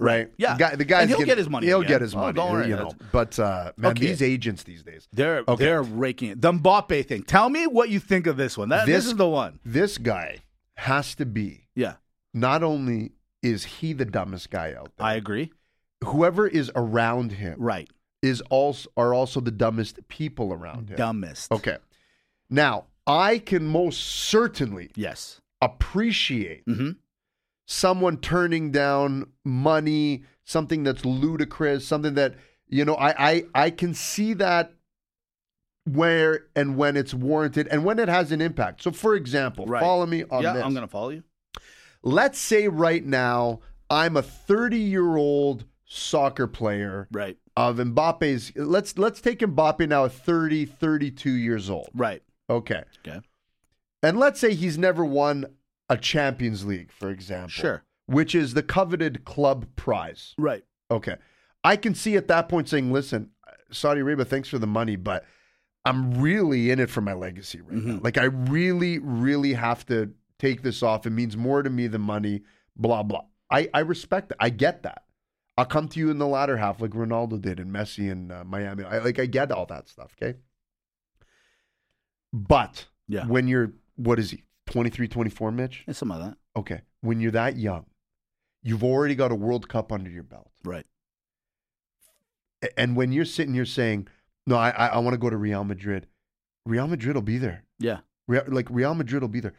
Speaker 1: right?
Speaker 2: Yeah.
Speaker 1: the guy, the guy's
Speaker 2: And he'll
Speaker 1: getting-
Speaker 2: get his money
Speaker 1: He'll
Speaker 2: again.
Speaker 1: get his
Speaker 2: Oh,
Speaker 1: money.
Speaker 2: don't worry,
Speaker 1: you know.
Speaker 2: that's-
Speaker 1: But uh, man,
Speaker 2: Okay.
Speaker 1: these agents these days,
Speaker 2: They're
Speaker 1: Okay.
Speaker 2: they're raking it. The Mbappe thing. Tell me what you think of this one. That, this,
Speaker 1: This-
Speaker 2: is the one.
Speaker 1: this guy has to be
Speaker 2: Yeah,
Speaker 1: not only is he the dumbest guy out there,
Speaker 2: I agree.
Speaker 1: whoever is around him
Speaker 2: Right,
Speaker 1: is also are also the dumbest people around him.
Speaker 2: dumbest.
Speaker 1: Okay, now I can most certainly
Speaker 2: Yes.
Speaker 1: appreciate
Speaker 2: hmm
Speaker 1: someone turning down money, something that's ludicrous, something that you know, I I, I can see that where and when it's warranted and when it has an impact. So, for example,
Speaker 2: Right.
Speaker 1: follow me on
Speaker 2: Yeah,
Speaker 1: this.
Speaker 2: I'm gonna follow you.
Speaker 1: Let's say right now I'm a 30 year old soccer player
Speaker 2: Right,
Speaker 1: of Mbappe's. Let's let's take Mbappe now, at 30, 32 years old.
Speaker 2: right.
Speaker 1: Okay,
Speaker 2: Okay.
Speaker 1: and let's say he's never won a Champions League, for example
Speaker 2: Sure.
Speaker 1: which is the coveted club prize.
Speaker 2: Right.
Speaker 1: Okay. I can see at that point saying, listen, Saudi Arabia, thanks for the money, but I'm really in it for my legacy right now. Like, I really, really have to take this off. It means more to me than money, blah, blah. I, I respect that. I get that. I'll come to you in the latter half, like Ronaldo did and Messi in uh, Miami. I, like, I get all that stuff, okay? But
Speaker 2: Yeah.
Speaker 1: when you're, what is he, 23, 24, Mitch?
Speaker 2: And some of that.
Speaker 1: Okay, when you're that young, you've already got a World Cup under your belt,
Speaker 2: Right.
Speaker 1: A- and when you're sitting, you're saying, "No, I I, I want to go to Real Madrid. Real Madrid will be there.
Speaker 2: Yeah.
Speaker 1: Real, like Real Madrid will be there."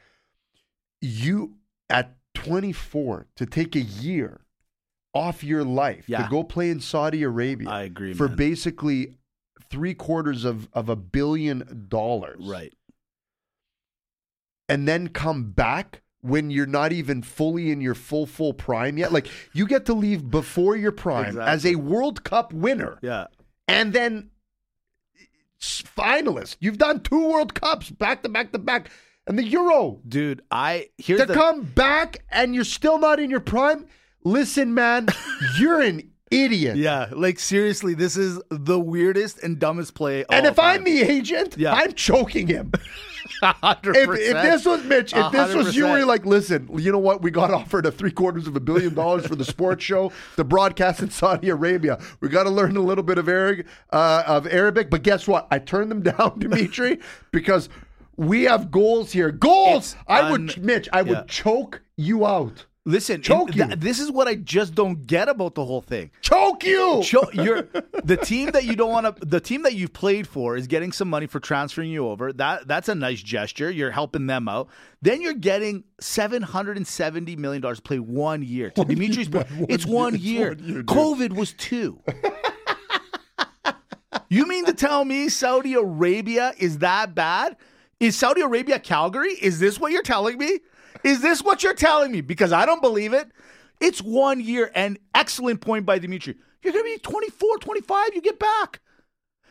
Speaker 1: You at 24 to take a year off your life
Speaker 2: Yeah.
Speaker 1: to go play in Saudi Arabia
Speaker 2: I agree.
Speaker 1: for
Speaker 2: man.
Speaker 1: basically three quarters of of a billion dollars,
Speaker 2: Right.
Speaker 1: and then come back when you're not even fully in your full full prime yet like you get to leave before your prime
Speaker 2: Exactly.
Speaker 1: as a world cup winner
Speaker 2: Yeah.
Speaker 1: and then s- finalist you've done two world cups back to back to back and the euro
Speaker 2: Dude, I here's
Speaker 1: to
Speaker 2: the
Speaker 1: come back and you're still not in your prime listen man you're an idiot
Speaker 2: yeah. Like seriously, this is the weirdest and dumbest play. of
Speaker 1: and
Speaker 2: all
Speaker 1: if i'm
Speaker 2: time.
Speaker 1: the agent
Speaker 2: Oh, Yeah.
Speaker 1: i'm choking him
Speaker 2: 100%.
Speaker 1: if, if this was Mitch, if this was you,
Speaker 2: 100%.
Speaker 1: were like, listen, you know what? We got offered a three quarters of a billion dollars for the sports show, the broadcast in Saudi Arabia. We got to learn a little bit of Arabic, uh, of Arabic, but guess what? I turned them down, Dimitri, because we have goals here. Goals.
Speaker 2: It's
Speaker 1: I
Speaker 2: un-
Speaker 1: would, Mitch, I would
Speaker 2: Yeah.
Speaker 1: choke you out.
Speaker 2: Listen,
Speaker 1: Choke
Speaker 2: th-
Speaker 1: you.
Speaker 2: this is what I just don't get about the whole thing.
Speaker 1: Choke you.
Speaker 2: Cho- you're the team that you don't want to. The team that you've played for is getting some money for transferring you over. That that's a nice gesture. You're helping them out. Then you're getting seven hundred and seventy million dollars to play one year. To Dimitri's point, it's one year.
Speaker 1: one year, dude.
Speaker 2: COVID was two. you mean to tell me Saudi Arabia is that bad? Is Saudi Arabia Calgary? Is this what you're telling me? Is this what you're telling me? Because I don't believe it. It's one year and excellent point by Dimitri. You're going to be 24, 25, you get back.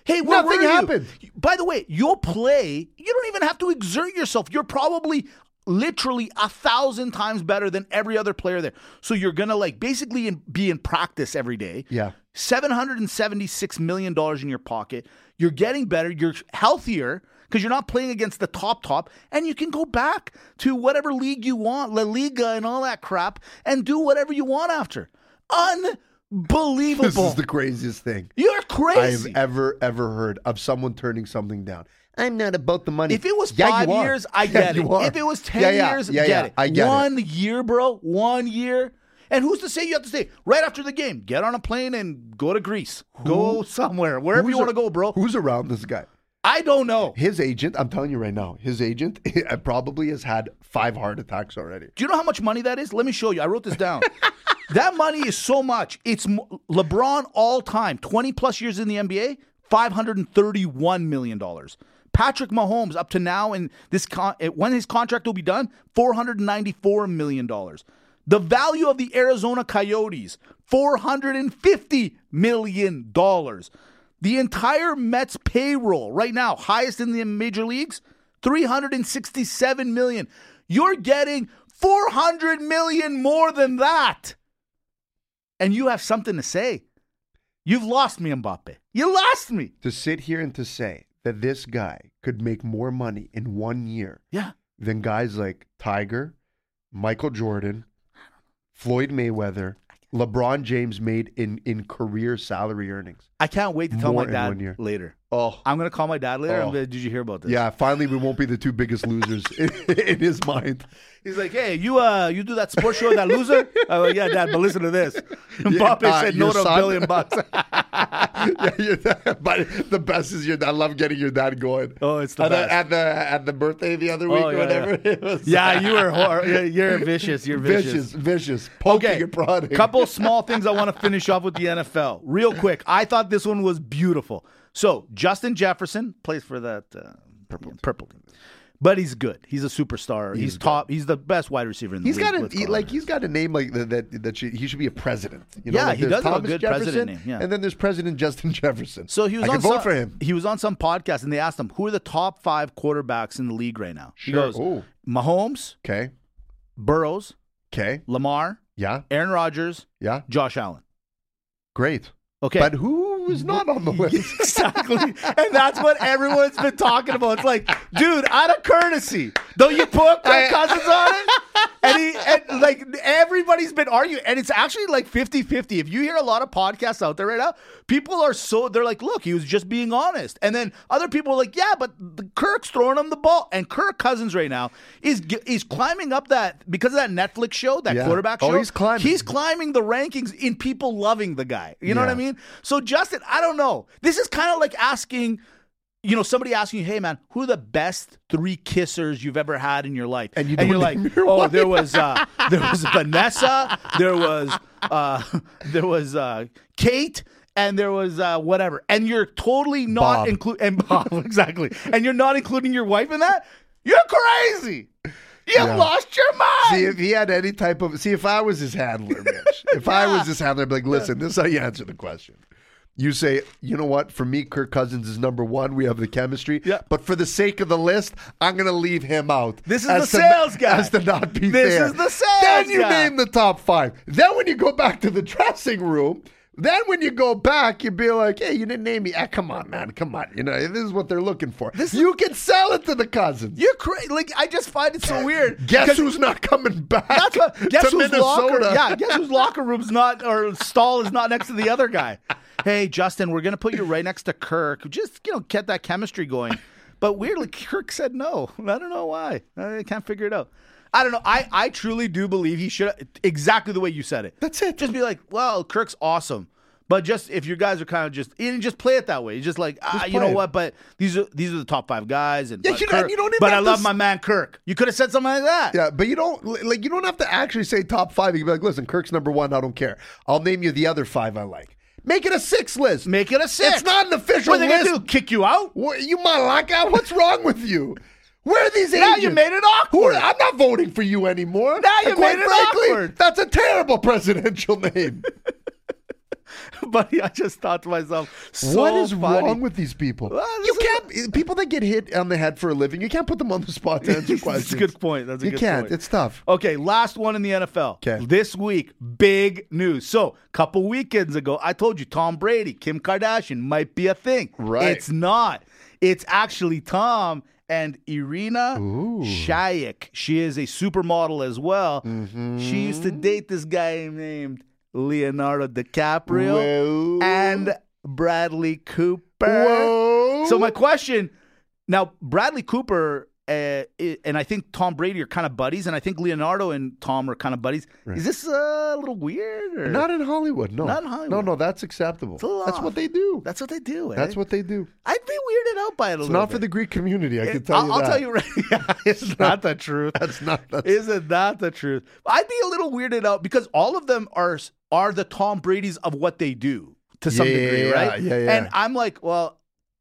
Speaker 2: Hey, where
Speaker 1: Nothing
Speaker 2: were you?
Speaker 1: happened.
Speaker 2: By the way, you'll play. You don't even have to exert yourself. You're probably literally a thousand times better than every other player there. So you're going to like basically in, be in practice every day.
Speaker 1: Yeah.
Speaker 2: $776 million in your pocket. You're getting better. You're healthier because you're not playing against the top, top. And you can go back to whatever league you want, La Liga and all that crap, and do whatever you want after. Unbelievable.
Speaker 1: This is the craziest thing
Speaker 2: you're
Speaker 1: I have
Speaker 2: crazy.
Speaker 1: ever ever heard of someone turning something down. I'm not about the money.
Speaker 2: if it was
Speaker 1: Yeah,
Speaker 2: five
Speaker 1: you are.
Speaker 2: years, I
Speaker 1: Yeah,
Speaker 2: get it.
Speaker 1: you are.
Speaker 2: If it was 10
Speaker 1: Yeah, yeah,
Speaker 2: years,
Speaker 1: yeah,
Speaker 2: get
Speaker 1: yeah,
Speaker 2: it.
Speaker 1: I get it.
Speaker 2: One year, bro. One year. And who's to say you have to stay right after the game? Get on a plane and go to Greece. go somewhere, wherever you
Speaker 1: Who's
Speaker 2: want
Speaker 1: a-
Speaker 2: to go, bro.
Speaker 1: Who's around this guy?
Speaker 2: I don't know.
Speaker 1: His agent, I'm telling you right now, his agent probably has had five heart attacks already.
Speaker 2: Do you know how much money that is? Let me show you. I wrote this down. that money is so much. It's mo- LeBron all time, 20 plus years in the NBA, $531 million. Patrick Mahomes up to now and this con- eh, when his contract will be done, $494 million. The value of the Arizona Coyotes, $450 million. The entire Mets payroll right now, highest in the major leagues, 367 million. You're getting 400 million more than that. And you have something to say. You've lost me, Mbappe. You lost me.
Speaker 1: To sit here and to say that this guy could make more money in one year
Speaker 2: Yeah.
Speaker 1: than guys like Tiger, Michael Jordan, Floyd Mayweather, LeBron James made in, in career salary earnings.
Speaker 2: I can't wait to tell
Speaker 1: More
Speaker 2: my
Speaker 1: in one year.
Speaker 2: dad later.
Speaker 1: Oh.
Speaker 2: I'm going to call my dad later. I'm
Speaker 1: Oh.
Speaker 2: gonna, Did you hear about this?
Speaker 1: Yeah, finally we won't be the two biggest losers in, in his mind.
Speaker 2: He's like, hey, you uh, you do that sports show, that loser? I went, yeah, dad, but listen to this. Mbappe
Speaker 1: uh,
Speaker 2: said
Speaker 1: your
Speaker 2: no to
Speaker 1: son-
Speaker 2: a billion bucks.
Speaker 1: yeah, your dad- but the best is your dad. I love getting your dad going.
Speaker 2: Oh, it's the
Speaker 1: at
Speaker 2: best.
Speaker 1: The, at the at the birthday the other week
Speaker 2: Oh,
Speaker 1: or
Speaker 2: yeah,
Speaker 1: whatever.
Speaker 2: yeah.
Speaker 1: It was
Speaker 2: yeah, you were hor- you're- you're vicious. You're
Speaker 1: vicious, vicious, poking and prodding.
Speaker 2: Couple small things I want to finish off with the NFL real quick. I thought this one was beautiful. So Justin Jefferson plays for that uh, purple purple team, but he's good. He's a superstar. He's, top. He's the best wide receiver in the
Speaker 1: He's
Speaker 2: league.
Speaker 1: got a
Speaker 2: with
Speaker 1: he-
Speaker 2: Colorado.
Speaker 1: like he's got a name like that that, that should, he should be a president. You know,
Speaker 2: Yeah,
Speaker 1: like
Speaker 2: he
Speaker 1: there's
Speaker 2: does have a
Speaker 1: Thomas
Speaker 2: good
Speaker 1: Jefferson,
Speaker 2: president name, yeah.
Speaker 1: and then there's President Justin Jefferson.
Speaker 2: So he was
Speaker 1: I
Speaker 2: on
Speaker 1: could vote
Speaker 2: some,
Speaker 1: for him.
Speaker 2: He was on some podcast and they asked him who are the top five quarterbacks in the league right now. He
Speaker 1: Sure.
Speaker 2: goes
Speaker 1: Ooh.
Speaker 2: Mahomes,
Speaker 1: Okay,
Speaker 2: Burrows,
Speaker 1: okay,
Speaker 2: Lamar,
Speaker 1: yeah,
Speaker 2: Aaron Rodgers,
Speaker 1: yeah,
Speaker 2: Josh Allen.
Speaker 1: great.
Speaker 2: Okay,
Speaker 1: But who is not on the list?
Speaker 2: exactly. And that's what everyone's been talking about. It's like, dude, out of courtesy, don't you put Kirk Cousins on it? And he and like everybody's been arguing, and it's actually like 50-50. If you hear a lot of podcasts out there right now, people are so they're like, look, he was just being honest. And then other people are like, yeah, but the Kirk's throwing him the ball. And Kirk Cousins right now is g- is climbing up that because of that Netflix show, that
Speaker 1: Yeah.
Speaker 2: quarterback
Speaker 1: Oh,
Speaker 2: show.
Speaker 1: he's climbing.
Speaker 2: He's climbing the rankings in people loving the guy. You know what I
Speaker 1: Yeah.
Speaker 2: mean? So Justin, I don't know. This is kind of like asking, you know, somebody asking you, "Hey man, who are the best three kissers you've ever had in your life?"
Speaker 1: And you don't
Speaker 2: and you're like,
Speaker 1: name your
Speaker 2: "Oh,
Speaker 1: wife."
Speaker 2: there was uh, there was Vanessa, there was uh, there was uh, Kate." And there was uh, whatever, and you're totally not
Speaker 1: Bob.
Speaker 2: including and Bob exactly, and you're not including your wife in that. You're crazy. You
Speaker 1: Yeah.
Speaker 2: lost your
Speaker 1: See
Speaker 2: mind.
Speaker 1: if he had any type of see if I was his handler, Mitch. If I was his handler, I'd be like, listen, this is how you answer the question. You say, you know what? For me, Kirk Cousins is number one. We have the chemistry.
Speaker 2: Yeah.
Speaker 1: But for the sake of the list, I'm gonna leave him out.
Speaker 2: This is
Speaker 1: As
Speaker 2: the
Speaker 1: to-
Speaker 2: sales guy.
Speaker 1: As to not be
Speaker 2: This
Speaker 1: fair.
Speaker 2: is the sales
Speaker 1: Then you
Speaker 2: guy.
Speaker 1: name the top five. Then when you go back to the dressing room. Then when you go back, you'd be like, "Hey, you didn't name me. Ah, come on, man, come on. You know this is what they're looking for. you can sell it to the cousins.
Speaker 2: You're crazy. Like I just find it so weird.
Speaker 1: Guess who's not coming back?
Speaker 2: That's what. Guess
Speaker 1: to
Speaker 2: whose locker?
Speaker 1: Minnesota?
Speaker 2: Yeah, guess whose locker room's not or stall is not next to the other guy. Hey, Justin, we're gonna put you right next to Kirk. Just you know, get that chemistry going. But weirdly, Kirk said no. I don't know why. I can't figure it out. I don't know. I, I truly do believe he should exactly the way you said it.
Speaker 1: That's it.
Speaker 2: Just be like, well, Kirk's awesome, but just if your guys are kind of just and just play it that way. It's just like ah,
Speaker 1: Just
Speaker 2: you know
Speaker 1: play it.
Speaker 2: what? But these are these are the top five guys, and
Speaker 1: Yeah,
Speaker 2: but
Speaker 1: you don't-
Speaker 2: Kirk,
Speaker 1: you don't even
Speaker 2: But I
Speaker 1: have to
Speaker 2: love
Speaker 1: s-
Speaker 2: my man Kirk. You could have said something like that.
Speaker 1: Yeah, but you don't like you don't have to actually say top five. You can be like, listen, Kirk's number one. I don't care. I'll name you the other five I like. Make it a six list.
Speaker 2: Make it a six.
Speaker 1: It's not an official
Speaker 2: What are they gonna
Speaker 1: list.
Speaker 2: do? Kick you out?
Speaker 1: What, you malaka? What's wrong with you? Where are these
Speaker 2: Now
Speaker 1: agents?
Speaker 2: you made it
Speaker 1: Who are-
Speaker 2: awkward.
Speaker 1: I'm not voting for you anymore.
Speaker 2: Now you
Speaker 1: And quite
Speaker 2: made it
Speaker 1: frankly,
Speaker 2: awkward.
Speaker 1: That's a terrible presidential name.
Speaker 2: Buddy, I just thought to myself, so
Speaker 1: what is
Speaker 2: funny.
Speaker 1: wrong with these people?
Speaker 2: Well, this
Speaker 1: you
Speaker 2: is-
Speaker 1: can't. People that get hit on the head for a living, you can't put them on the spot to answer questions.
Speaker 2: That's a good point. That's a
Speaker 1: You
Speaker 2: good
Speaker 1: can't.
Speaker 2: point. Oh,
Speaker 1: It's tough.
Speaker 2: Okay, last one in the NFL.
Speaker 1: 'Kay.
Speaker 2: This week, big news. So, couple weekends ago, I told you Tom Brady, Kim Kardashian might be a thing.
Speaker 1: Right.
Speaker 2: It's not. It's actually Tom and Irina Shayek. She is a supermodel as well.
Speaker 1: Mm-hmm.
Speaker 2: She used to date this guy named Leonardo DiCaprio
Speaker 1: Whoa.
Speaker 2: and Bradley Cooper.
Speaker 1: Whoa.
Speaker 2: So my question now, Bradley Cooper uh, i- and I think Tom Brady are kind of buddies, and I think Leonardo and Tom are kind of buddies. Is this uh, a little weird? Or?
Speaker 1: Not in Hollywood, no.
Speaker 2: Not in Hollywood.
Speaker 1: No, no, that's acceptable.
Speaker 2: a
Speaker 1: That's
Speaker 2: lot.
Speaker 1: what they do.
Speaker 2: That's what they do. eh?
Speaker 1: That's what they do.
Speaker 2: I'd be weirded out by it a
Speaker 1: It's
Speaker 2: little.
Speaker 1: not for the
Speaker 2: bit.
Speaker 1: Greek community, I can tell
Speaker 2: I'll,
Speaker 1: you
Speaker 2: I'll
Speaker 1: that.
Speaker 2: tell you right. Yeah, it's not the truth.
Speaker 1: That's not that's
Speaker 2: Isn't that the truth? I'd be a little weirded out because all of them are are the Tom Brady's of what they do to some
Speaker 1: Yeah,
Speaker 2: degree,
Speaker 1: yeah,
Speaker 2: right?
Speaker 1: yeah, yeah.
Speaker 2: And I'm like, well,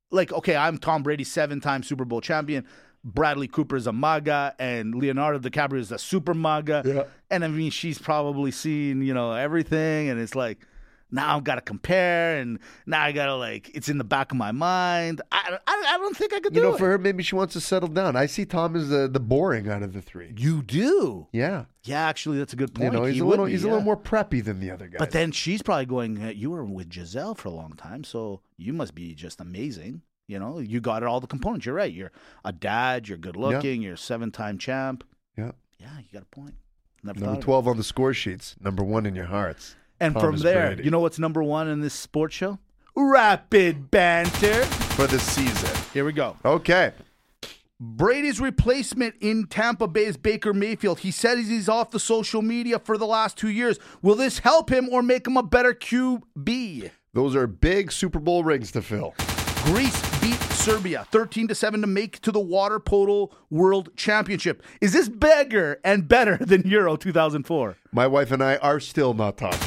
Speaker 2: like okay, I'm Tom Brady, seven time Super Bowl champion. Bradley Cooper is a MAGA, and Leonardo DiCaprio is a super MAGA.
Speaker 1: Yeah.
Speaker 2: And I mean, she's probably seen you know everything, and it's like. Now I've got to compare, and now I gotta like it's in the back of my mind. I, I, I don't think I could
Speaker 1: you
Speaker 2: do
Speaker 1: know,
Speaker 2: it.
Speaker 1: for her maybe she wants to settle down. I see Tom as the, the boring out of the three.
Speaker 2: you do,
Speaker 1: Yeah.
Speaker 2: yeah. Actually, that's a good
Speaker 1: You
Speaker 2: point.
Speaker 1: know, he's
Speaker 2: He
Speaker 1: a
Speaker 2: would
Speaker 1: little
Speaker 2: be,
Speaker 1: he's a
Speaker 2: yeah.
Speaker 1: little more preppy than the other guy.
Speaker 2: But then she's probably going, "Uh, You were with Giselle for a long time, so you must be just amazing. You know, you got all the components. You're right. You're a dad, you're good looking, you're a seven time champ.
Speaker 1: yeah.
Speaker 2: Yeah, you got a point. Never thought
Speaker 1: Number
Speaker 2: of it.
Speaker 1: twelve on the score sheets, number one in your hearts.
Speaker 2: And from
Speaker 1: Thomas
Speaker 2: there,
Speaker 1: Brady.
Speaker 2: you know what's number one in this sports show? Rapid banter.
Speaker 1: For the season.
Speaker 2: Here we go.
Speaker 1: Okay.
Speaker 2: Brady's replacement in Tampa Bay is Baker Mayfield. He says he's off the social media for the last two years. Will this help him or make him a better QB?
Speaker 1: Those are big Super Bowl rings to fill.
Speaker 2: Greece beat Serbia 13 to 7 to make to the water polo world championship. Is this bigger and better than Euro 2004?
Speaker 1: My wife and I are still not talking.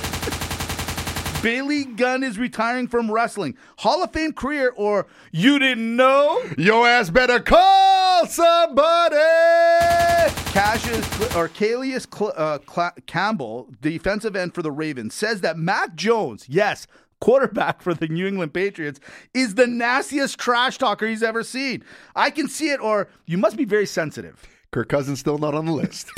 Speaker 2: Bailey Gunn is retiring from wrestling. Hall of Fame career or you didn't know?
Speaker 1: Your ass better call somebody.
Speaker 2: Cassius or Calius Cl- uh, Cla- Campbell, defensive end for the Ravens, says that Mac Jones, yes, quarterback for the New England Patriots, is the nastiest trash talker he's ever seen. I can see it or you must be very sensitive.
Speaker 1: Kirk Cousins still not on the list.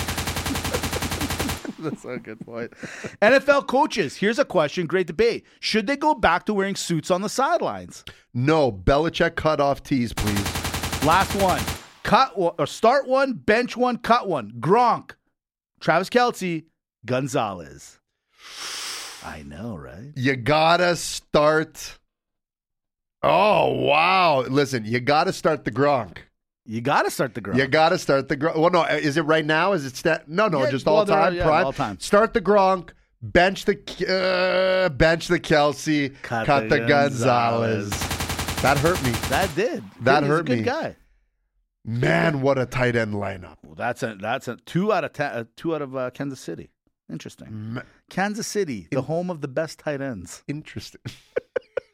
Speaker 2: That's a good point. NFL coaches, here's a question, great debate. Should they go back to wearing suits on the sidelines?
Speaker 1: No, Belichick cut off tees, please.
Speaker 2: Last one. Cut one, or start one, bench one, cut one. Gronk, Travis Kelsey, Gonzalez. I know, right?
Speaker 1: You gotta start. Oh wow! Listen, you gotta start the Gronk.
Speaker 2: You got to start the Gronk.
Speaker 1: You gotta start the Gronk. Well, no, is it right now? Is it sta- no, no,
Speaker 2: Yeah,
Speaker 1: just
Speaker 2: well,
Speaker 1: all
Speaker 2: they're-
Speaker 1: time
Speaker 2: yeah,
Speaker 1: prime.
Speaker 2: all time.
Speaker 1: Start the Gronk. Bench the uh, bench the Kelsey.
Speaker 2: Cut
Speaker 1: Cut,
Speaker 2: the
Speaker 1: the, Gonzalez. That hurt me,
Speaker 2: That did.
Speaker 1: That
Speaker 2: He's a
Speaker 1: hurt
Speaker 2: good
Speaker 1: me.
Speaker 2: guy.
Speaker 1: man. What a tight end lineup.
Speaker 2: Well, that's a that's a two out of ten, uh, two out of uh, Kansas City. Interesting.
Speaker 1: Ma-
Speaker 2: Kansas City, the home of the best tight ends.
Speaker 1: Interesting.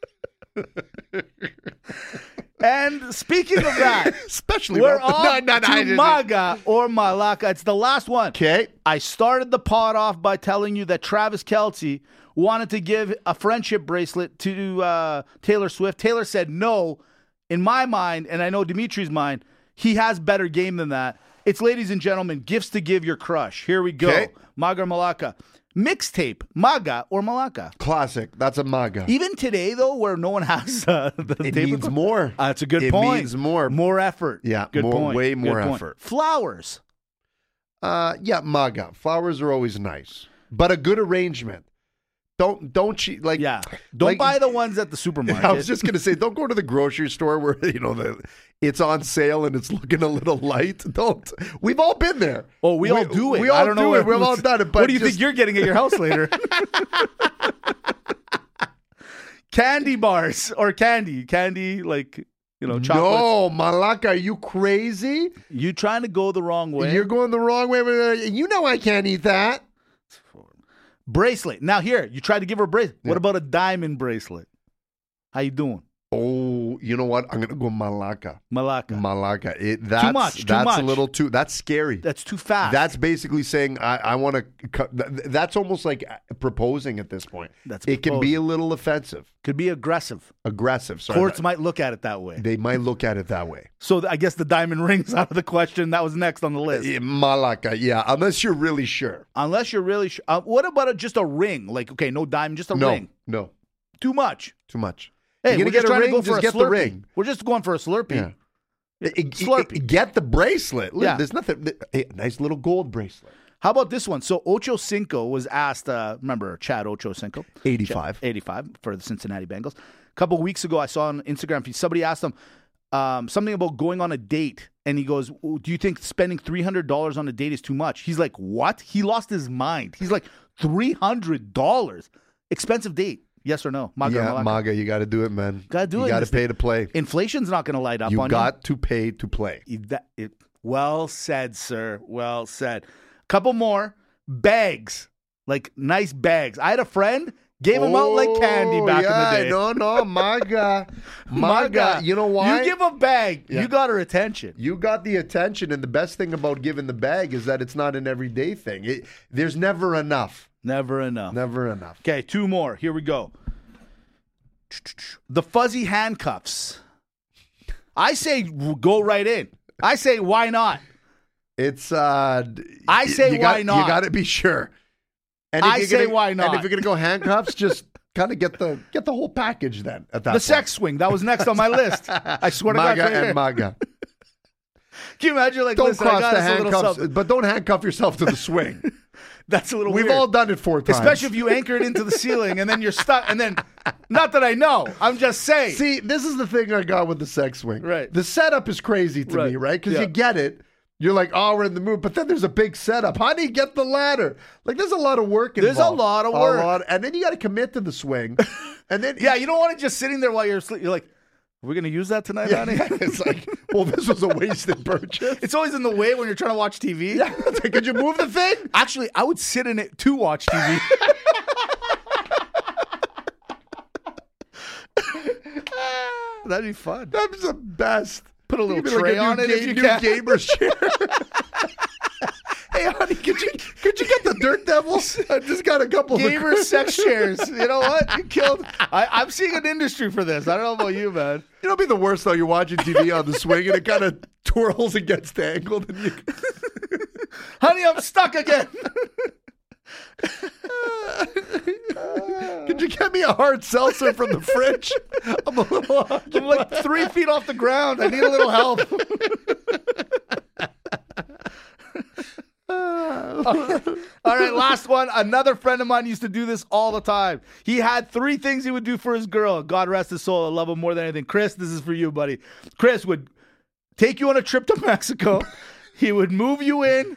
Speaker 2: And speaking of that,
Speaker 1: Especially
Speaker 2: we're
Speaker 1: with the-
Speaker 2: off
Speaker 1: No, no, no, I
Speaker 2: to
Speaker 1: didn't-
Speaker 2: Maga or Malaka. It's the last one.
Speaker 1: Okay.
Speaker 2: I started the pod off by telling you that Travis Kelce wanted to give a friendship bracelet to uh, Taylor Swift. Taylor said no. In my mind, and I know Dimitri's mind, he has better game than that. It's ladies and gentlemen, gifts to give your crush. Here we go.
Speaker 1: Okay.
Speaker 2: Maga or Malaka. Mixtape, Maga or Malaka.
Speaker 1: Classic. That's a MAGA.
Speaker 2: Even today, though, where no one has uh, the
Speaker 1: It
Speaker 2: tape
Speaker 1: means
Speaker 2: recorder-
Speaker 1: more.
Speaker 2: Uh, that's a good
Speaker 1: it
Speaker 2: point.
Speaker 1: means more.
Speaker 2: more effort.
Speaker 1: Yeah,
Speaker 2: good
Speaker 1: more-
Speaker 2: point.
Speaker 1: way
Speaker 2: Good
Speaker 1: more
Speaker 2: point.
Speaker 1: effort.
Speaker 2: Flowers.
Speaker 1: Uh, yeah, MAGA. Flowers are always nice, but a good arrangement. Don't don't cheat. Like
Speaker 2: Yeah. Don't
Speaker 1: like-
Speaker 2: buy the ones at the
Speaker 1: Yeah,
Speaker 2: supermarket.
Speaker 1: I was just gonna say, don't go to the grocery store where you know the it's on sale and it's looking a little light. Don't. We've all been there.
Speaker 2: oh, we, all do it.
Speaker 1: We all
Speaker 2: I don't
Speaker 1: do
Speaker 2: know
Speaker 1: it. We've all done it. But
Speaker 2: what do you
Speaker 1: just-
Speaker 2: think you're getting at your house later? candy bars or candy. Candy, like, you know, chocolates.
Speaker 1: No, Malak, are you crazy?
Speaker 2: You're trying to go the wrong way.
Speaker 1: You're going the wrong way. with it. You know I can't eat that.
Speaker 2: bracelet. Now here, you tried to give her a bracelet. What about a diamond bracelet? How you doing,
Speaker 1: Oh, you know what? I'm gonna go Malacca.
Speaker 2: Malaka?
Speaker 1: Malacca. It, that's,
Speaker 2: much, too
Speaker 1: That's
Speaker 2: much.
Speaker 1: a little too. That's scary.
Speaker 2: That's too fast.
Speaker 1: That's basically saying I, I want to. Cut, th- that's almost like uh, proposing at this point.
Speaker 2: That's
Speaker 1: it can be a little offensive,
Speaker 2: could be aggressive.
Speaker 1: aggressive. Sorry,
Speaker 2: Courts might look at it that way.
Speaker 1: they might look at it that way.
Speaker 2: So th- I guess the diamond ring's out of the question. That was next on the list.
Speaker 1: Yeah, Malacca, Eh, yeah. Unless you're really sure.
Speaker 2: Unless you're really sure. Uh, what about a, just a ring? Like, okay, no diamond, just a
Speaker 1: no,
Speaker 2: ring.
Speaker 1: no,
Speaker 2: Too much.
Speaker 1: too much.
Speaker 2: Hey,
Speaker 1: You're gonna
Speaker 2: we're just
Speaker 1: get a
Speaker 2: trying
Speaker 1: ring,
Speaker 2: to go for
Speaker 1: just
Speaker 2: a
Speaker 1: get the
Speaker 2: Slurpee.
Speaker 1: ring.
Speaker 2: We're just going for a Slurpee.
Speaker 1: Yeah. It- it-
Speaker 2: Slurpee.
Speaker 1: it- Eh, get the bracelet. Look,
Speaker 2: Yeah.
Speaker 1: there's nothing. th- eh, nice little gold bracelet.
Speaker 2: How about this one? So Ocho Cinco was asked. Uh, remember Chad Ocho Cinco?
Speaker 1: 85.
Speaker 2: 85 for the Cincinnati Bengals. A couple weeks ago, I saw on Instagram feed somebody asked him um, something about going on a date, and he goes, "Do you think spending three hundred dollars on a date is too much?" He's like, "What?" He lost his mind. He's like, 300 dollars, expensive date. Yes or no? Maga,
Speaker 1: yeah,
Speaker 2: Malaka.
Speaker 1: Maga, you got to do it, man.
Speaker 2: Gotta do
Speaker 1: you
Speaker 2: it in
Speaker 1: got to
Speaker 2: this
Speaker 1: pay to play.
Speaker 2: Inflation's not going to light up
Speaker 1: You
Speaker 2: on
Speaker 1: got to pay to play.
Speaker 2: you. That- it- well said, sir. Well said. Couple more bags, like nice bags. I had a friend gave them out like candy
Speaker 1: Oh,
Speaker 2: back
Speaker 1: yeah,
Speaker 2: in the day.
Speaker 1: No, no, Maga, Maga. You know why?
Speaker 2: You give a bag,
Speaker 1: Yeah.
Speaker 2: you got her attention.
Speaker 1: You got the attention, and the best thing about giving the bag is that it's not an everyday thing. It, there's never enough.
Speaker 2: Never enough.
Speaker 1: Never enough.
Speaker 2: Okay, two more. Here we go. The fuzzy handcuffs. I say w- go right in. I say why not?
Speaker 1: It's uh d-
Speaker 2: I say
Speaker 1: you got-
Speaker 2: why not?
Speaker 1: You got to be sure. And
Speaker 2: I
Speaker 1: you're
Speaker 2: say
Speaker 1: gonna-
Speaker 2: why
Speaker 1: And
Speaker 2: not?
Speaker 1: if you're gonna go handcuffs, just kind of get the get the whole package then. At that
Speaker 2: The sex swing. That was next on my list. I swear to God.
Speaker 1: maga
Speaker 2: it's right
Speaker 1: and
Speaker 2: here.
Speaker 1: maga.
Speaker 2: Can you imagine? Like,
Speaker 1: Don't
Speaker 2: listen, I
Speaker 1: cross
Speaker 2: got
Speaker 1: the
Speaker 2: us a little
Speaker 1: handcuffs,
Speaker 2: something.
Speaker 1: but don't handcuff yourself to the swing.
Speaker 2: That's a little
Speaker 1: We've
Speaker 2: weird.
Speaker 1: all done it four times.
Speaker 2: Especially if you anchor it into the ceiling and then you're stuck. And then, not that I know. I'm just saying.
Speaker 1: See, this is the thing I got with the sex swing.
Speaker 2: Right.
Speaker 1: The setup is crazy to
Speaker 2: Right.
Speaker 1: me, right? Because
Speaker 2: Yeah.
Speaker 1: you get it. You're like, oh, we're in the mood. But then there's a big setup. How do you get the ladder? Like, there's a lot of work
Speaker 2: There's
Speaker 1: involved.
Speaker 2: a lot of work.
Speaker 1: and then you got to commit to the swing. And then,
Speaker 2: yeah, you don't want it just sitting there while you're asleep. You're like, we're going to use that tonight,
Speaker 1: Yeah,
Speaker 2: honey?
Speaker 1: it's like, well, this was a wasted purchase.
Speaker 2: It's always in the way when you're trying to watch TV.
Speaker 1: It's like, could you move the thing?
Speaker 2: Actually, I would sit in it to watch TV. That'd be fun.
Speaker 1: That's the best.
Speaker 2: Put a little
Speaker 1: Give me
Speaker 2: tray
Speaker 1: new
Speaker 2: on it if
Speaker 1: ga-
Speaker 2: you
Speaker 1: new
Speaker 2: can.
Speaker 1: gamer's chair. hey, honey, could you could you get the Dirt Devils? I just got a couple of
Speaker 2: Gamer sex chairs. You know what? You killed. I, I'm seeing an industry for this. I don't know about you, man.
Speaker 1: You know, it'd be the worst though. You're watching TV on the swing, and it kind of twirls and gets tangled. And you,
Speaker 2: Honey, I'm stuck again.
Speaker 1: could you get me a hard seltzer from the fridge? I'm a little.
Speaker 2: I'm like three feet off the ground. I need a little help. All right, last one. Another friend of mine used to do this all the time. He had three things he would do for his girl. God rest his soul. I love him more than anything. Chris, this is for you, buddy. Chris would take you on a trip to Mexico. he would move you in,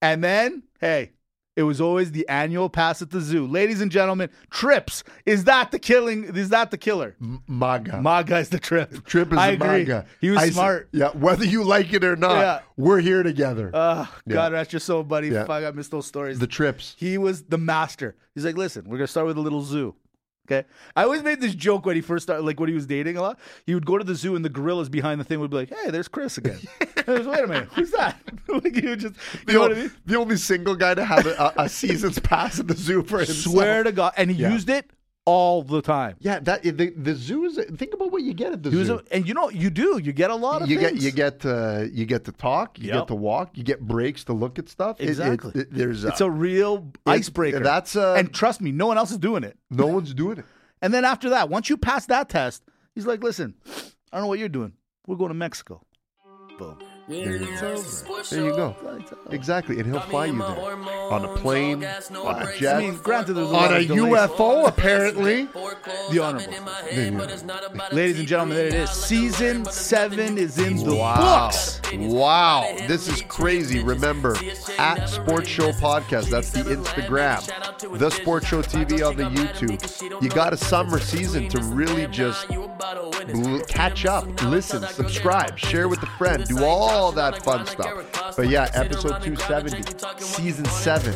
Speaker 2: and then, hey, it was always the annual pass at the zoo. Ladies and gentlemen, trips. Is that the killing? Is that the killer?
Speaker 1: Maga.
Speaker 2: Maga is the trip.
Speaker 1: Trip is
Speaker 2: I
Speaker 1: a
Speaker 2: agree.
Speaker 1: maga.
Speaker 2: He was
Speaker 1: I s-
Speaker 2: smart.
Speaker 1: yeah, whether you like it or not,
Speaker 2: Yeah.
Speaker 1: we're here together.
Speaker 2: Uh, God
Speaker 1: Yeah.
Speaker 2: rest your soul, buddy.
Speaker 1: Yeah.
Speaker 2: Fuck, I missed those stories.
Speaker 1: the trips.
Speaker 2: he was the master. He's like, listen, we're gonna start with a little zoo. Okay. I always made this joke when he first started, like when he was dating a lot. He would go to the zoo and the gorillas behind the thing would be like, "Hey, there's Chris again." I was, Wait a minute, who's that? like he would just, you
Speaker 1: The,
Speaker 2: know what
Speaker 1: o-
Speaker 2: I mean?
Speaker 1: the only single guy to have a, a, a season's pass at the zoo for himself.
Speaker 2: Swear to God, and he
Speaker 1: Yeah.
Speaker 2: used it all the time.
Speaker 1: Yeah, that the, the zoo is. Think about what you get at the
Speaker 2: He was,
Speaker 1: zoo.
Speaker 2: a, and you know, you do, you get a lot of
Speaker 1: you
Speaker 2: things.
Speaker 1: get you get uh, you get to talk, you
Speaker 2: Yep.
Speaker 1: get to walk, you get breaks to look at stuff. It- it-
Speaker 2: Exactly.
Speaker 1: it- there's a,
Speaker 2: it's a real icebreaker.
Speaker 1: that's uh, a-
Speaker 2: and trust me, no one else is doing it.
Speaker 1: no one's doing it.
Speaker 2: And then after that, once you pass that test, he's like, listen, I don't know what you're doing. We're going to Mexico. Boom.
Speaker 1: There you go. Exactly. And he'll fly you there on a plane, on a jet.
Speaker 2: I mean, granted, there's a
Speaker 1: on
Speaker 2: lot
Speaker 1: a
Speaker 2: of delays.
Speaker 1: UFO, apparently.
Speaker 2: The Honorable. Ladies and gentlemen, there it is. Season seven is in the
Speaker 1: Wow.
Speaker 2: books.
Speaker 1: Wow. This is crazy. Remember, at Sports Show Podcast, that's the Instagram, The Sports Show TV on the YouTube. You got a summer season to really just l- catch up, listen, subscribe, share with a friend, do all that fun stuff. But yeah, episode 270, season seven.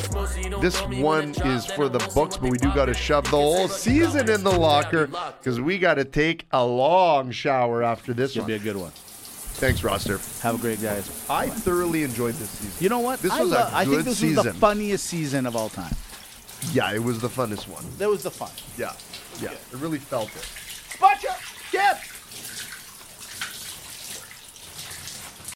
Speaker 1: This one is for the books, but we do got to shove the whole season in the locker because we got to take a long shower after this
Speaker 2: Should be a
Speaker 1: one.
Speaker 2: good one.
Speaker 1: Thanks, Roster.
Speaker 2: Have a great day, guys.
Speaker 1: I thoroughly enjoyed this season.
Speaker 2: You know what?
Speaker 1: This
Speaker 2: I,
Speaker 1: was a
Speaker 2: love- I think
Speaker 1: good
Speaker 2: this was the
Speaker 1: season.
Speaker 2: funniest season of all time.
Speaker 1: Yeah, it was the funnest one.
Speaker 2: That was the fun.
Speaker 1: Yeah, yeah, I really felt it.
Speaker 2: Butcher!